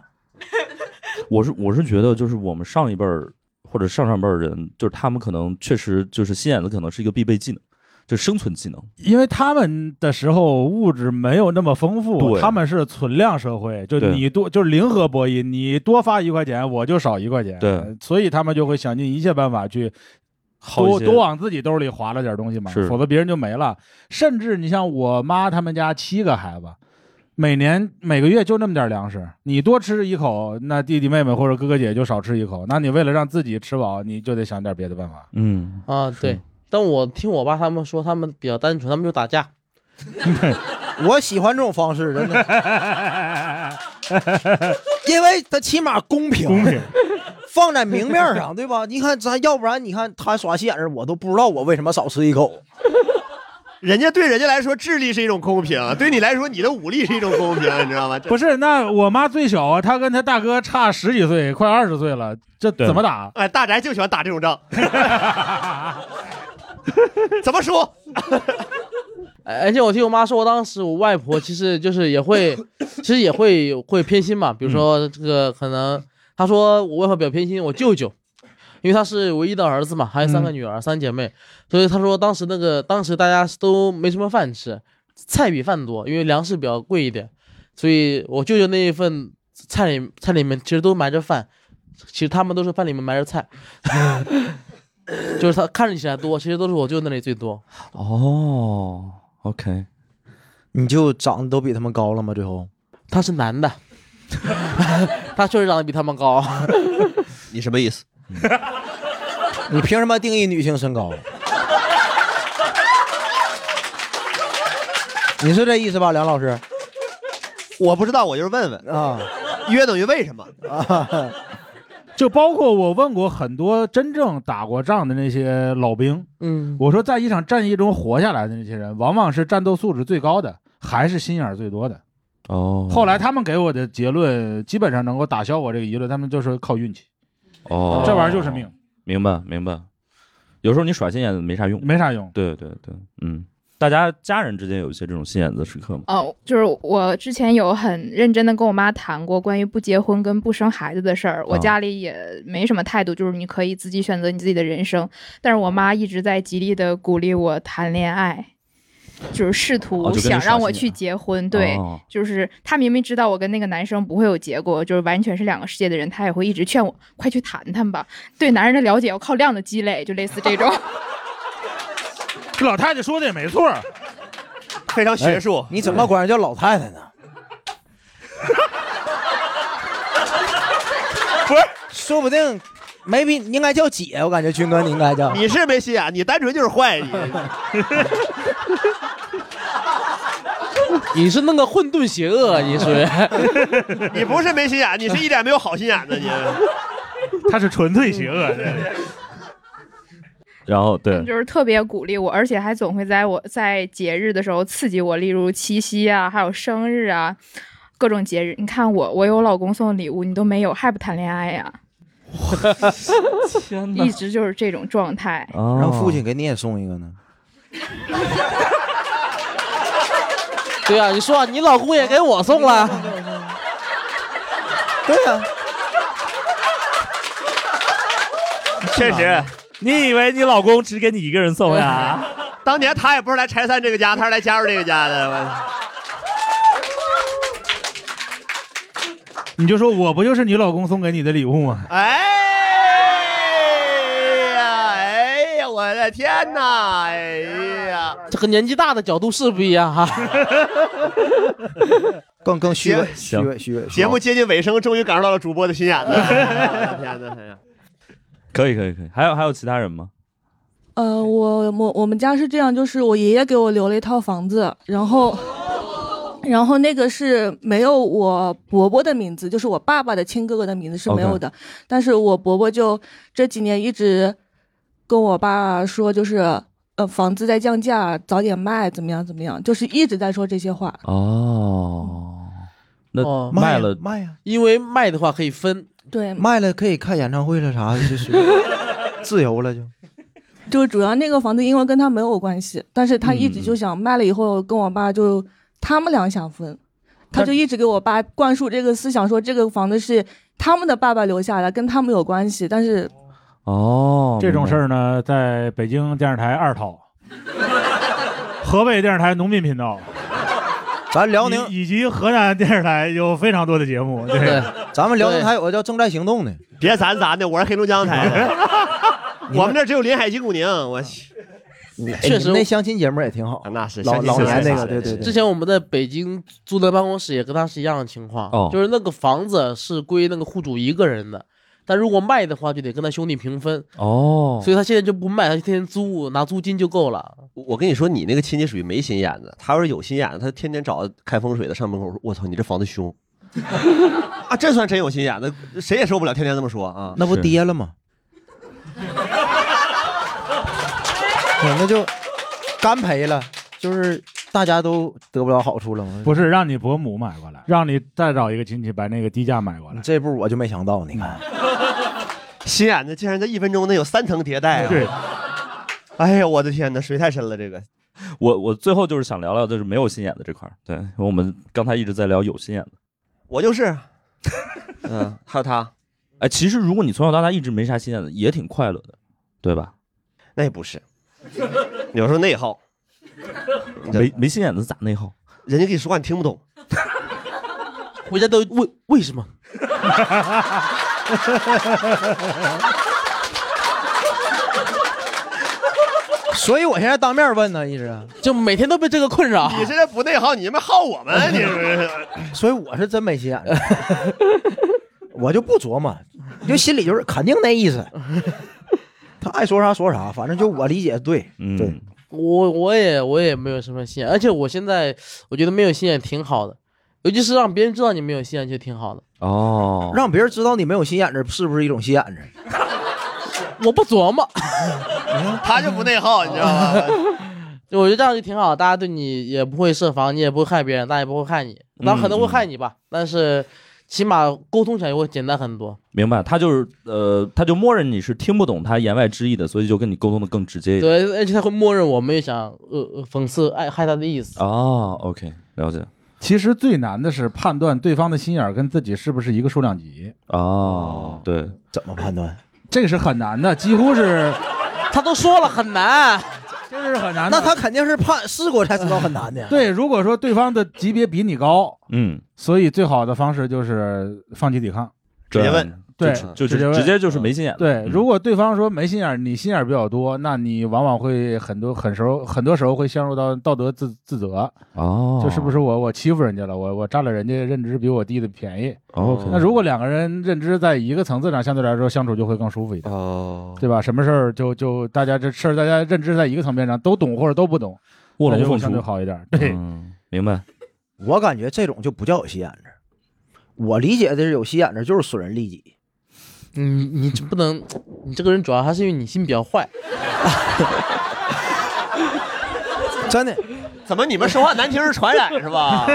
A: <laughs> 我是我是觉得，就是我们上一辈儿或者上上辈儿人，就是他们可能确实就是心眼子，可能是一个必备技能，就是生存技能。
B: 因为他们的时候物质没有那么丰富，
A: 对
B: 他们是存量社会，就
A: 对
B: 你多就是零和博弈，你多发一块钱，我就少一块钱，
A: 对，
B: 所以他们就会想尽一切办法去
A: 薅一
B: 多
A: 些
B: 多往自己兜里划了点东西嘛
A: 是，
B: 否则别人就没了。甚至你像我妈他们家七个孩子，每年每个月就那么点粮食，你多吃一口，那弟弟妹妹或者哥哥姐姐就少吃一口，那你为了让自己吃饱，你就得想点别的办法。 <laughs>
A: 嗯
E: 啊，对。但我听我爸他们说，他们比较单纯，他们就打架。
C: 我喜欢这种方式，真
B: 的，
C: 因为他起码公平，公
B: 平
C: <laughs> 放在明面上，对吧？你看咱，要不然你看他耍心眼儿，我都不知道我为什么少吃一口。
D: 人家对人家来说，智力是一种公平， <laughs> 对你来说，你的武力是一种公平，你知道吗？这
B: 不是，那我妈最小啊，她跟她大哥差十几岁，快二十岁了，这怎么打？
D: 哎，大宅就喜欢打这种仗， <laughs> 怎么
E: <laughs>
D: 说？
E: 哎而且我听我妈说，我当时我外婆其实就是也会，其实也会会偏心嘛。
D: 嗯
E: 比如说这个可能，她说我外婆比较偏心我舅舅，因为他是唯一的儿子嘛，还有
D: 嗯
E: 三个女儿、三姐妹，所以她说当时那个当时大家都没什么饭吃，菜比饭多，因为粮食比较贵一点，所以我舅舅那一份菜里菜里面其实都埋着饭，其实他们都是饭里面埋着菜， <laughs> 就是他看着起来多，其实都是我舅那里最多。
A: 哦，OK，
C: 你就长得都比他们高了吗？最后
E: 他是男的， <laughs> 他确实长得比他们
C: <laughs>
E: 高。
D: 你什么意思？
C: 你凭什么定义女性身
E: <laughs>
C: 高？你是这意思吧，梁老师？
D: 我不知道，我就是问问
C: 啊，
D: 约等于为什么？
E: 啊
B: <laughs> 就包括我问过很多真正打过仗的那些老兵，
E: 嗯，
B: 我说在一场战役中活下来的那些人，往往是战斗素质最高的，还是心眼儿最多的。
A: 哦，
B: 后来他们给我的结论，基本上能够打消我这个疑论，他们就是靠运气，
A: 哦，
B: 这玩意儿就是
A: <laughs>
B: 命。 <laughs>
A: 明白明白。有时候你耍心眼子没啥用，
B: 没啥用。
A: 对对对，嗯，大家家人之间有一些这种心眼子时刻吗？
I: 哦，就是我之前有很认真的跟我妈谈过关于不结婚跟不生孩子的事儿，我
M: 哦
A: 啊
I: 家里也没什么态度，就是你可以自己选择你自己的人生，但是我妈一直在极力的鼓励我谈恋爱。就是试
M: 哦
I: 图
M: 就跟你
I: 想
M: 耍
I: 让我
M: 心
I: 去结婚，对
M: 哦，
I: 就是她明明知道我跟那个男生不会有结果，就是完全是两个世界的人，她也会一直劝我快去谈谈吧。对男人的了解要靠量的积累，就类似这种。
B: 这老太太说的也没错，
C: <laughs>
D: 非常
B: 学术
C: 哎你怎么管人叫老太太呢？
D: 不是，
C: 说 <laughs> 不定没比应该叫姐，我感觉军哥你应该叫。
D: 你是没心眼，你单纯就是坏。你
C: <laughs>
E: <laughs> 你是那个混沌邪恶，
C: 啊
E: 你属于 <laughs>
D: <laughs> 你不是没心眼，你是一点没有好心眼的你。
B: 他是纯粹邪
A: <laughs>
B: 恶的。
A: 然后对，
I: 就是特别鼓励我，而且还总会在我在节日的时候刺激我，例如七夕啊，还有生日啊，各种节日。你看我，我有老公送的礼物，你都没有，还不谈恋爱呀、
A: 天
I: 一直就是这种状态。
E: 哦
C: 让父亲给你也送一个呢。
E: 对啊呀、你说、你老公也给我
C: <laughs>
E: 送了，
C: 啊对呀、
A: <laughs>
D: 确实，
A: 你以为你老公只给你一个人送呀？ <laughs>
D: 当年他也不是来拆散这个家，他是来加入这个家的。我
B: 你就说我不就是你老公送给你的礼物吗？
D: 哎呀，哎呀，我的天哪！哎呀，
E: 这和年纪大的角度是不一
C: <laughs>
E: 样哈、
C: 更更虚伪，虚
D: 行
C: 伪，虚伪。
D: 节目接近尾声，终于感受到了主播的心眼子。天哪！
A: 可以可以可以，还有还有其他人吗？
F: 呃，我我我们家是这样，就是我爷爷给我留了一套房子，然后，然后那个是没有我伯伯的名字，就是我爸爸的亲哥哥的名字是没有的
M: OK
F: 但是我伯伯就这几年一直跟我爸说，就是呃房子在降价，早点卖，怎么样怎么样，就是一直在说这些话。
A: 哦，
E: 那
C: 卖了嗯卖呀，
E: 因为卖的话可以分，
F: 对，
C: 卖了可以看演唱会了啥的，就是 <laughs> 自由了就。
F: 就主要那个房子因为跟他没有关系，但是他一直就想卖了以后跟我爸就他们俩想分，他就一直给我爸灌输这个思想，说这个房子是他们的爸爸留下来，跟他们有关系。但是
A: 哦
B: 这种
A: 明白
B: 事儿呢，在北京电视台二套，河北电视台农民频道，
C: 咱辽宁
B: 以及河南电视台有非常多的节目。对，
C: 咱们辽宁台有个叫《正在行动》的，
D: 别咱咱的，我是黑龙江台的，我们这只有临海鸡骨宁。我去，
C: 哎
E: 确
C: 你
E: 实
C: 们那相亲节目也挺好，
D: 那是
C: 老
D: 相亲
C: 老
D: 节目
C: 年那
D: 啥
C: 个，
D: 的
C: 对对对。
D: 是
E: 之前我们在北京租的办公室也跟他是一样的情况，
D: 哦
E: 就是那个房子是归那个户主一个人的，但如果卖的话就得跟他兄弟平分。
A: 哦
E: 所以他现在就不卖，他就天天租，拿租金就够了。啊
D: 我跟你说，你那个亲戚属于没心眼子，他要是有心眼子，他天天找看风水的上门口说：“我操，你这房子
E: <laughs>
D: 凶啊！”这算真有心眼子，谁也受不了，天天这么说啊。
C: 那不跌了
E: <laughs>
C: 吗？对哎那就干赔了，就是大家都得不了好处了吗？
B: 不是让你伯母买过来，让你再找一个亲戚把那个低价买过来。
C: 这步我就没想到，你看，
D: 心眼子竟然在一分钟内有三层迭代啊！
B: 对，
D: 哎呀，我的天哪，水太深了，这个
A: 我我最后就是想聊聊就是没有心眼的这块儿，对，因为我们刚才一直在聊有心眼的。
D: 我就是，嗯，还有他，
A: 哎，其实如果你从小到大一直没啥心眼的，也挺快乐的，对吧？
D: 那也不是，
B: 嗯
D: 有时候内耗，
A: 没没心眼子咋内耗？
D: 人家跟你说话你听不懂，
E: 回家都问为什么？
C: 所以我现在当面问呢，一直
E: <laughs> 就每天都被这个困扰。
D: <laughs> 你现在不内耗，你他妈耗我们，啊你是不是？
C: 啊所以我是真没心眼子， <laughs> 我就不琢磨，就心里就是肯定那意
E: <laughs>
C: 思。他爱说啥说啥，反正就我理解对，
E: 嗯
C: 对，
E: 我我也我也没有什么心眼，而且我现在我觉得没有心眼挺好的，尤其是让别人知道你没有心眼就挺好的。
A: 哦，
C: 让别人知道你没有心眼子，是不是一种心眼子？
E: <laughs> 我不琢磨， <laughs>
D: <laughs> 他就不内耗，你知道吗？
E: 我觉得这样就挺好，大家对你也不会设防，你也不会害别人，大家也不会害你，那可能
C: 嗯
E: 会害你吧，但是起码沟通起来会简单很多。
A: 明白，他就是呃，他就默认你是听不懂他言外之意的，所以就跟你沟通的更直接一点。
E: 对，而且他会默认我没有想呃呃讽刺爱害他的意思。
A: 哦，OK，了解。
B: <laughs> 其实最难的是判断对方的心眼儿跟自己是不是一个数量级，
A: 哦，对，
C: 怎么判断？
B: 这个是很难的，几乎是
E: 他都说了很难，
B: 这是很难的
C: 那他肯定是判试过才知道很难的。
B: <laughs> 对。如果说对方的级别比你高，
A: 嗯，
B: 所以最好的方式就是放弃抵抗，
A: 直接问
B: 对，
A: 就就是
B: 直接问
A: 直接就是没心眼嗯
B: 对，如果对方说没心眼儿，你心眼儿比较多，那你往往会很多很时候很多时候会陷入到道德自自责，
A: 哦，
B: 就是不是我我欺负人家了，我我占了人家认知比我低的便宜。
A: OK
B: 那如果两个人认知在一个层次上，相对来说相处就会更舒服一点，
D: 哦，
B: 对吧？什么事儿就就大家这事儿大家认知在一个层面上都懂或者都不懂，
A: 卧
B: 那
A: 龙
B: 就
A: 凤雏
B: 相对好一点。对，
C: 嗯
A: 明白。
C: 我感觉这种就不叫有心眼子，我理解的是有心眼子就是损人利己。
E: 你你这不能，你这个人主要还是因为你心比较坏，
C: 真的。
D: <laughs> 怎么你们说话难听是传 <laughs> 染是吧？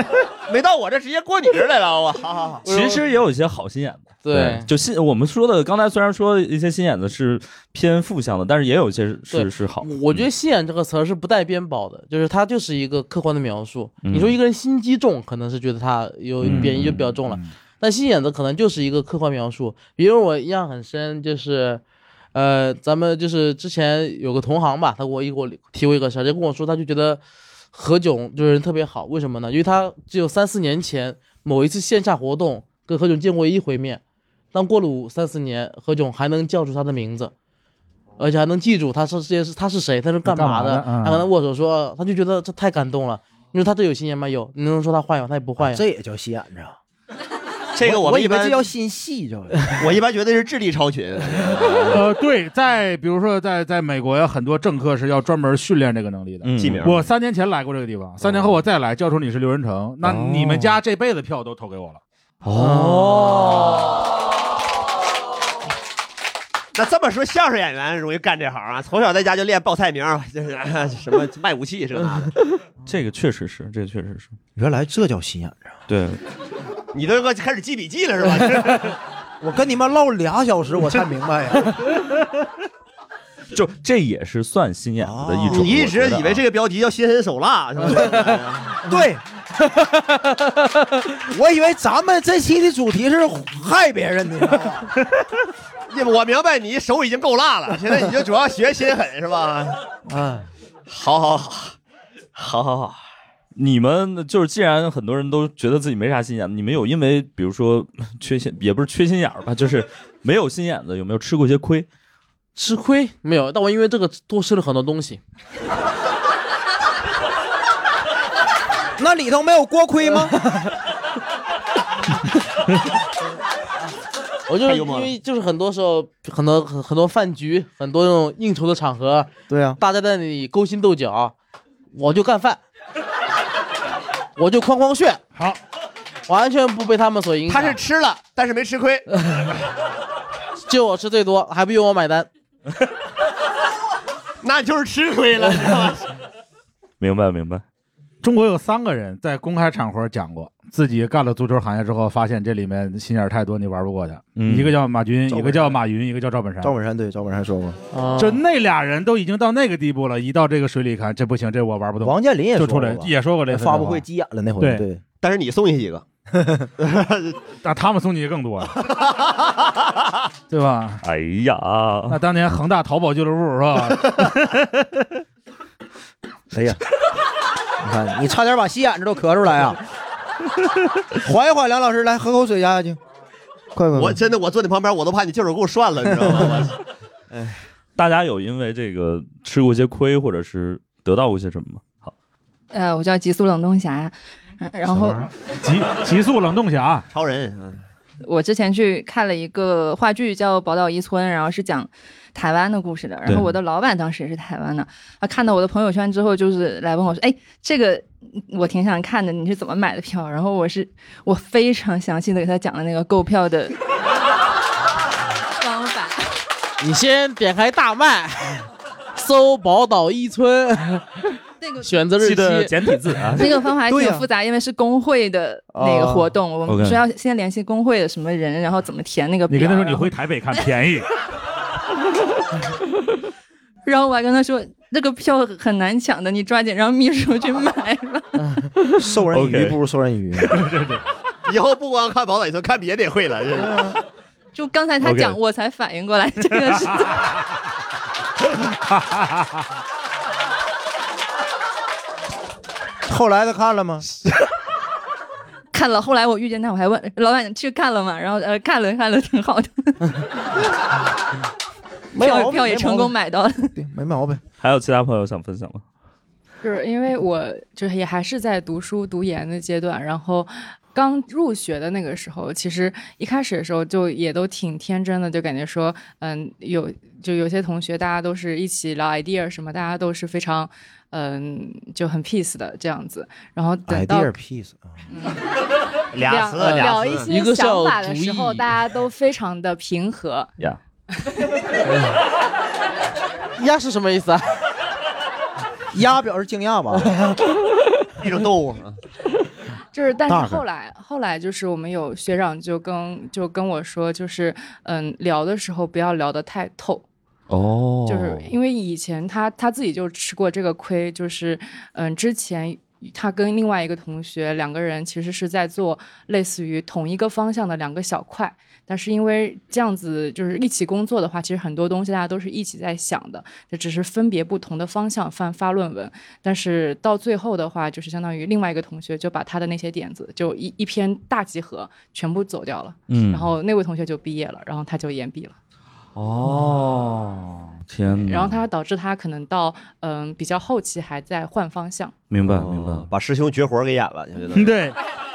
D: 没到我这直接过你这儿来了，我好 <laughs> 好好。
A: 其实也有一些好心眼子，
E: 对
A: 就心我们说的，刚才虽然说一些心眼子是偏负向的，但是也有一些是是是
B: 嗯
A: 好。嗯
E: 我觉得“心眼”这个词儿是不带编保的，就是它就是一个客观的描述。你
A: 嗯
E: 说一个人心机重，可能是觉得他有贬义就比较重了，
A: 嗯
E: 但心眼子可能就是一个客观描述。比如我印象很深，就是，呃，咱们就是之前有个同行吧，他给我一给我提过一个事儿，就跟我说，他就觉得何炅这个人特别好，为什么呢？因为他只有三四年前某一次线下活动跟何炅见过一回面，但过了五三四年，何炅还能叫出他的名字。而且还能记住他是这些是他是谁，他是干嘛的，
B: 干嘛的嗯
E: 还跟他握手说，他就觉得这太感动了。你说他这有心眼吗？有，你能说他坏吗？他也不坏呀。
C: 这也叫心眼子啊？
D: <laughs> 这个
C: 我
D: 们
C: 以
D: 一
C: 为
D: 般
C: 这叫心细，这个
D: <laughs> 我一般觉得是哦智力超群。
B: 呃，对，在比如说在在美国有很多政客是要专门训练这个能力的。
A: 嗯记名
B: 我三年前来过这个地方，三年后我再来，叫出你是刘仁成，那你们家这辈子票都投给我了。
A: 哦，
D: 那这么说，相声演员容易干这行啊？从小在家就练报菜名儿，就是 <laughs> 什么卖武器这 <laughs> 那的。
A: 这个确实是，这个确实是。
C: 原来这叫心眼子。
A: 对，
D: 你都开始记笔记了是吧？ <laughs>
C: 我跟你们唠俩小时，我才明白
E: <laughs>
C: 呀。
A: 就这也是算心眼子的一种。
D: 哦你一直以为这
A: 个
D: 个标题叫心狠手
A: <laughs>
D: 辣，是吧？
C: 对， <laughs> 我以为咱们这期的主题是害别人的，
D: <laughs> 你我明白你手已经够辣了，现在你就主要学心狠是吧？
C: 嗯，
D: 好好好，好好好。
A: 你们就是，既然很多人都觉得自己没啥心眼子，你们有因为比如说 <laughs> 缺心，也不是缺心眼儿吧，就是没有心眼子，有没有吃过一些亏？
E: 吃亏没有，但我因为这个多吃了很多东西。
C: 那里头没有锅
D: <laughs>
C: 盔吗？
E: 我就是
C: 太幽
E: 因
C: 默了
E: 为就是很多时候，很多很很多饭局，很多那种应酬的场合，
C: 对啊，
E: 大家在那里勾心斗角，我就干饭，我就哐哐炫，
B: 好，
E: 完全不被他们所影响。
D: 他是吃了，但是没吃
E: <laughs>
D: 亏。
E: 就我吃最多，还不用我买单。
D: 那就是吃亏了，
A: 明白明白。
B: 中国有三个人在公开场合讲过自己干了足球行业之后，发现这里面心眼儿太多，你玩不过他。
C: 嗯
B: 一个叫马军，
C: 赵
B: 一
C: 本
B: 个叫马云，一个叫赵本山。
C: 赵本山对，赵本山说过，
M: 哦
B: 就那俩人都已经到那个地步了，一到这个水里看，这不行，这我玩不动。
C: 王健林也说
B: 就出来
C: 过吧
B: 也说过这
C: 发布会急眼了那回
B: 对
C: 对，
D: 但是你送下一个，
B: 那他们送你更
C: <laughs>
B: 多了，对吧？
A: 哎呀，
B: 那当年恒大淘宝俱乐部是吧？
C: 哎呀，你看你差点把心眼子都咳出来
B: <laughs>
C: 啊！缓一缓，梁老师来喝口水压压惊。快快，
D: 我真的我坐你旁边，我都怕你就是给我涮了，你知道吗？
C: <laughs>
A: 大家有因为这个吃过一些亏，或者是得到过一些什么吗？好，
M: 呃，我叫极速冷冻侠，嗯 <laughs> 然后
B: 极极速冷冻侠，
D: 超
C: 嗯
D: 人，
M: 我之前去看了一个话剧叫《宝岛一村》，然后是讲台湾的故事的。然后
O: 对
M: 我的老板当时也是台湾的，他看到我的朋友圈之后，就是来问我说：“哎，这个我挺想看的，你是怎么买的票？”然后我是我非常详细的给他讲了那个购票的方法。
E: <laughs> 你先点开大麦，搜宝岛一村，
M: 那个
E: 选择日期
A: 记得简体字啊
M: 那个方法还挺
A: 对呀
M: 复杂，因为是工会的那个活动，
A: 哦
M: 我们
A: OK
M: 说要先联系工会的什么人，然后怎么填那个表。
B: 你跟他说你
M: 然后
B: 回台北看便宜，
M: <laughs> 然后我还跟他说，这个票很难抢的，你抓紧让秘书
C: <laughs>
M: 去买吧。
C: 授人以鱼
D: OK
C: 不如授人以渔。 <laughs>
D: 以后不光看宝岛一村，看别的也会了。这
C: <laughs>
D: 是
M: 就刚才他讲
D: OK
M: 我才反应过来这个事情。
C: <laughs> 后来他看了吗？
M: <laughs> 看了，后来我遇见他，我还问老板去看了吗？然后呃看了看了，
C: <laughs>
M: 挺好的，
C: 没毛
M: 票
C: 病
M: 票也成功买到了。
C: 没毛病。
A: 还有其他朋友想分享吗？
O: 就是因为我就是也还是在读书读研的阶段，然后刚入学的那个时候，其实一开始的时候就也都挺天真的，就感觉说，嗯，有就有些同学大家都是一起聊 idea 什么，大家都是非常嗯就很 peace 的这样子，然后等到
C: idea peace 啊 <laughs>
O: 聊
G: 呃
O: 聊一些想法的时候，
A: 意
O: 大家都非常的平和。
G: <laughs>
A: 呀，
E: 呀是什么意思啊？
C: <laughs> 鸭表示惊讶吧？
D: 一种动物。
G: <laughs> 就是，但是
C: 大概
G: 后来后来就是我们有学长就跟就跟我说，就是嗯，聊的时候不要聊得太透，
A: 哦
G: 就是因为以前他他自己就吃过这个亏，就是嗯，之前他跟另外一个同学两个人其实是在做类似于同一个方向的两个小块，但是因为这样子就是一起工作的话，其实很多东西大家都是一起在想的，这只是分别不同的方向发发论文，但是到最后的话，就是相当于另外一个同学就把他的那些点子就一一篇大集合全部走掉了，
A: 嗯
G: 然后那位同学就毕业了，然后他就延毕了。
A: 哦，天哪！
G: 然后它导致他可能到嗯、比较后期还在换方向，
A: 明白明白，
D: 哦把师兄绝活给演了，你觉得？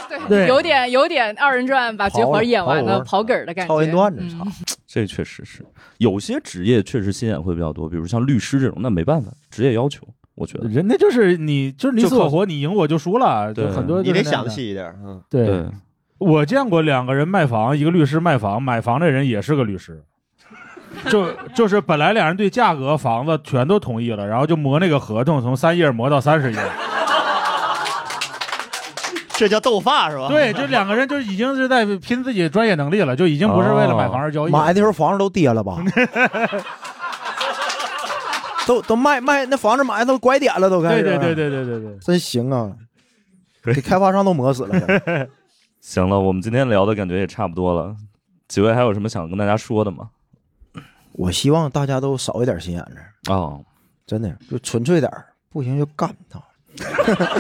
B: 对，
A: 对
G: 有点有点二人转把绝
A: 刨
G: 活
A: 了
G: 演完
A: 刨
G: 了
A: 了
G: 刨根儿的感觉，
A: 超人段子
G: 嗯
A: 这确实是有些职业确实心眼会比较多，比如像律师这种，那没办法，职业要求，我觉得
B: 人家就是你就是你死我
A: 就靠
B: 活，你赢我就输了，就
A: 对
B: 很多
A: 你得
B: 就是那样
A: 详
B: 的
A: 细
D: 细一点，嗯，
B: 对
A: 对
B: 我见过两个人卖房，一个律师卖房，买房的人也是个律师， <laughs> 就就是本来俩人对价格、房子全都同意了，然后就磨那个合同，从三页磨到三十页。
D: 这叫斗法是吧？
B: 对，这两个人就是已经是在拼自己专业能力 <laughs> 了，就已经不是为了买
D: 哦
B: 房而交易了。
C: 买的时候房子都跌
B: <laughs>
C: 了吧？都都卖卖那房子买的都拐点了，都开
B: 对
C: 始。
B: 对对对对对对，
C: 真行啊！给开发商都磨死了。都
A: 行了，我们今天聊的感觉也差不多了，几位还有什么想跟大家说的吗？
C: <laughs> 我希望大家都少一点心眼子
A: 哦，
C: 真的就纯粹点儿不行就干他，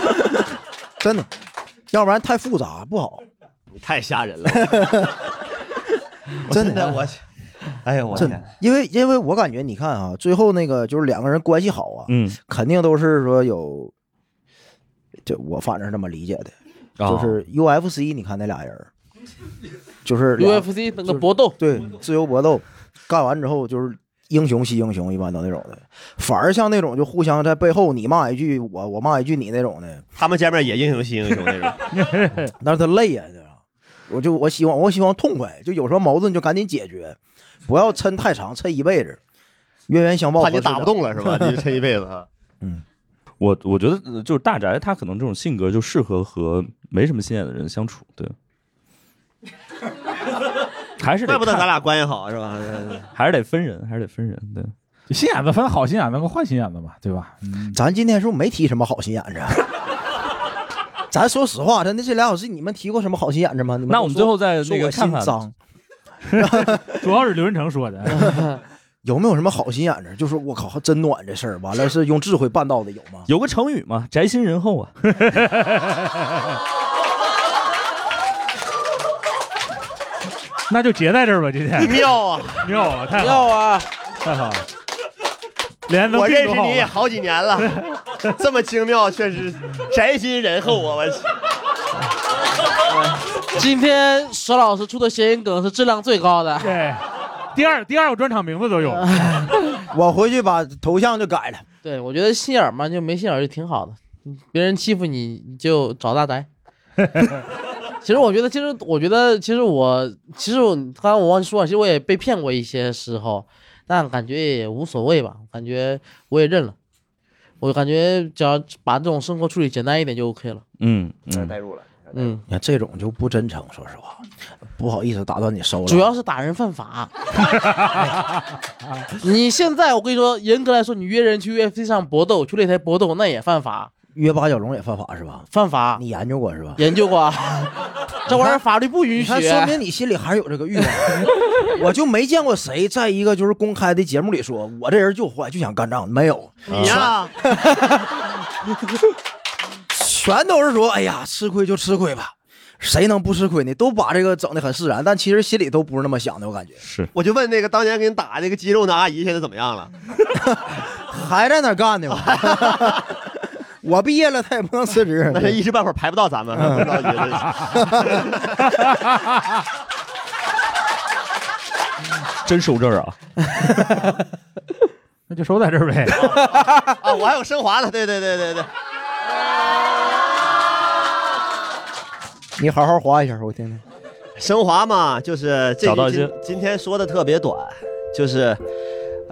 C: <laughs> 真的，要不然太复杂不好。
D: <laughs> 你太吓
C: <laughs>
D: 人了， <laughs> 我
C: 真的
D: 我，哎呀，我
C: 真
D: 天
C: 的，因为因为我感觉你看啊，最后那个就是两个人关系好啊，
A: 嗯，
C: 肯定都是说有，这我反正是这么理解的，
E: 哦
C: 就是 UFC，你看那俩人儿，就是俩
E: UFC 那个搏斗，
C: 对，自由搏斗，干完之后就是英雄惜英雄，一般都那种的，反而像那种就互相在背后你骂一句我我骂一句你那种的，
D: 他们见面也英雄惜英雄那种。
C: <laughs> 但是他累呀、就是我就我希望我希望痛快，就有时候矛盾就赶紧解决，不要抻太长，抻一辈子，冤冤相报
D: 怕
C: 何
D: 你
C: 时
D: 打不
C: 了
D: 动了是
C: <laughs>
D: 吧？你这一辈子啊，
A: 我我觉得呃就是大宅他可能这种性格就适合和没什么心眼的人相处，
D: <laughs>
A: 对，还是得
D: 怪不得
A: 看
D: 咱俩关系好是吧？
A: <laughs> 还是得分人，还是得分人，对。
B: 心眼子分好心眼子和坏心眼子嘛，对吧？嗯
C: 咱今天是不是没提什么好心眼子？啊 <laughs> 咱说实话，真的这俩小时你们提过什么好心眼子吗？你们
B: 那我们
C: 都说
B: 最后再
C: 说
B: 那个
C: 我
B: 看看
C: 心脏，
B: 主要是刘仁成说的。
C: <laughs>
B: <laughs>
C: 有没有什么好心眼子？就是我靠，还真暖这事儿，完了是用智慧办到的，有吗？
A: 有个成语嘛，宅心仁厚啊。
B: 那就结在这儿吧，今天
D: <laughs> 妙啊，
B: 妙啊，太好了
D: 妙啊，
B: 太好了，连能
D: 我
B: 定
D: 认
B: 住
D: 识
B: 好
D: 你也
B: 吗
D: 好几年
B: <laughs>
D: 了，这么精妙，确实宅心仁厚啊！我去，
E: 今天佘老师出的谐音梗是质量最高的。呃
B: 对，第二第二个专场名字都有。
C: <laughs> 我回去把头像就改了。
E: 对，我觉得心眼儿嘛，就没心眼儿就挺好的。嗯别人欺负你，你就找大
B: <laughs>
E: 宅。其实我觉得，其实我觉得，其实我，其实我刚刚我忘记说了，其实我也被骗过一些时候，但感觉也无所谓吧，感觉我也认了。我感觉只要把这种生活处理简单一点就 OK 了。
A: 嗯
D: 嗯，代入了。
E: 嗯，
C: 你看这种就不真诚，说实话，不好意思打断你收了。
E: 主要是打人犯法。 <laughs> 你现在我跟你说，严格来说，你约人去 UFC 上搏斗，去擂台搏斗，那也犯法。
C: 约八角笼也犯法是吧？
E: 犯法，
C: 你研究过是吧？
E: 研究过 <laughs> 啊，这玩意儿法律不允
C: 你
E: 许。
C: 看，说明你心里还是有这个欲望。 <laughs> 我就没见过谁在一个就是公开的节目里说，我这人就坏，就想干仗，没有。
D: 你 <laughs> 呀，
C: 全都是说，哎呀，吃亏就吃亏吧，谁能不吃亏呢？都把这个整的很释然，但其实心里都不是那么想的，我感觉
A: 是。
D: 我就问那个当年给你打那个肌肉的阿姨，现在怎么样了？
C: 还在那儿干呢吗？
D: <laughs>
C: 我毕业了，他也不能辞职，嗯
D: 那是一时半会儿排不到咱们，排不到你的。
A: 真收这儿啊？
B: <laughs> 那就收在这儿
A: <laughs>
B: 呗。
D: <laughs> 啊，我还有升华呢，对对对对对。
C: <laughs> 你好好划一下，我听听。
D: 升华嘛，就是这
C: 找到一
D: 今
C: 些
D: 今天说的特别短，就是，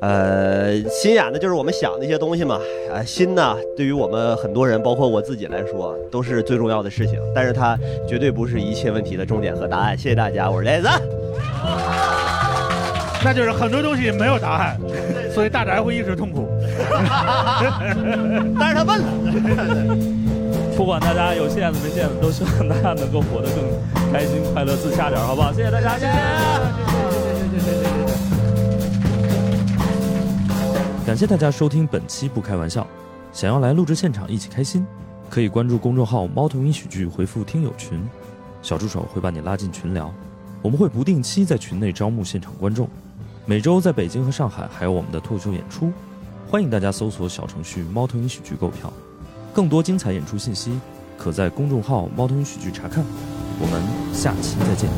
D: 呃，心眼呢，就是我们想的一些东西嘛。啊，心呢，对于我们很多人，包括我自己来说，都是最重要的事情。但是它绝对不是一切问题的重点和答案。谢谢大家，我是雷子。
B: 那就是很多东西没有答案，所以大宅会一直痛苦。
D: <laughs> 但是他问
B: <laughs>
D: 了。
A: 不管大家有线子没线子，都希望大家能够活得更开心、快乐、自洽点儿，好不好？谢谢大家，谢谢。感谢大家收听本期《不开玩笑》，想要来录制现场一起开心，可以关注公众号“猫头鹰喜剧”，回复“听友群”，小助手会把你拉进群聊。我们会不定期在群内招募现场观众，每周在北京和上海还有我们的脱口秀演出，欢迎大家搜索小程序“猫头鹰喜剧”购票。更多精彩演出信息，可在公众号“猫头鹰喜剧”查看。我们下期再见。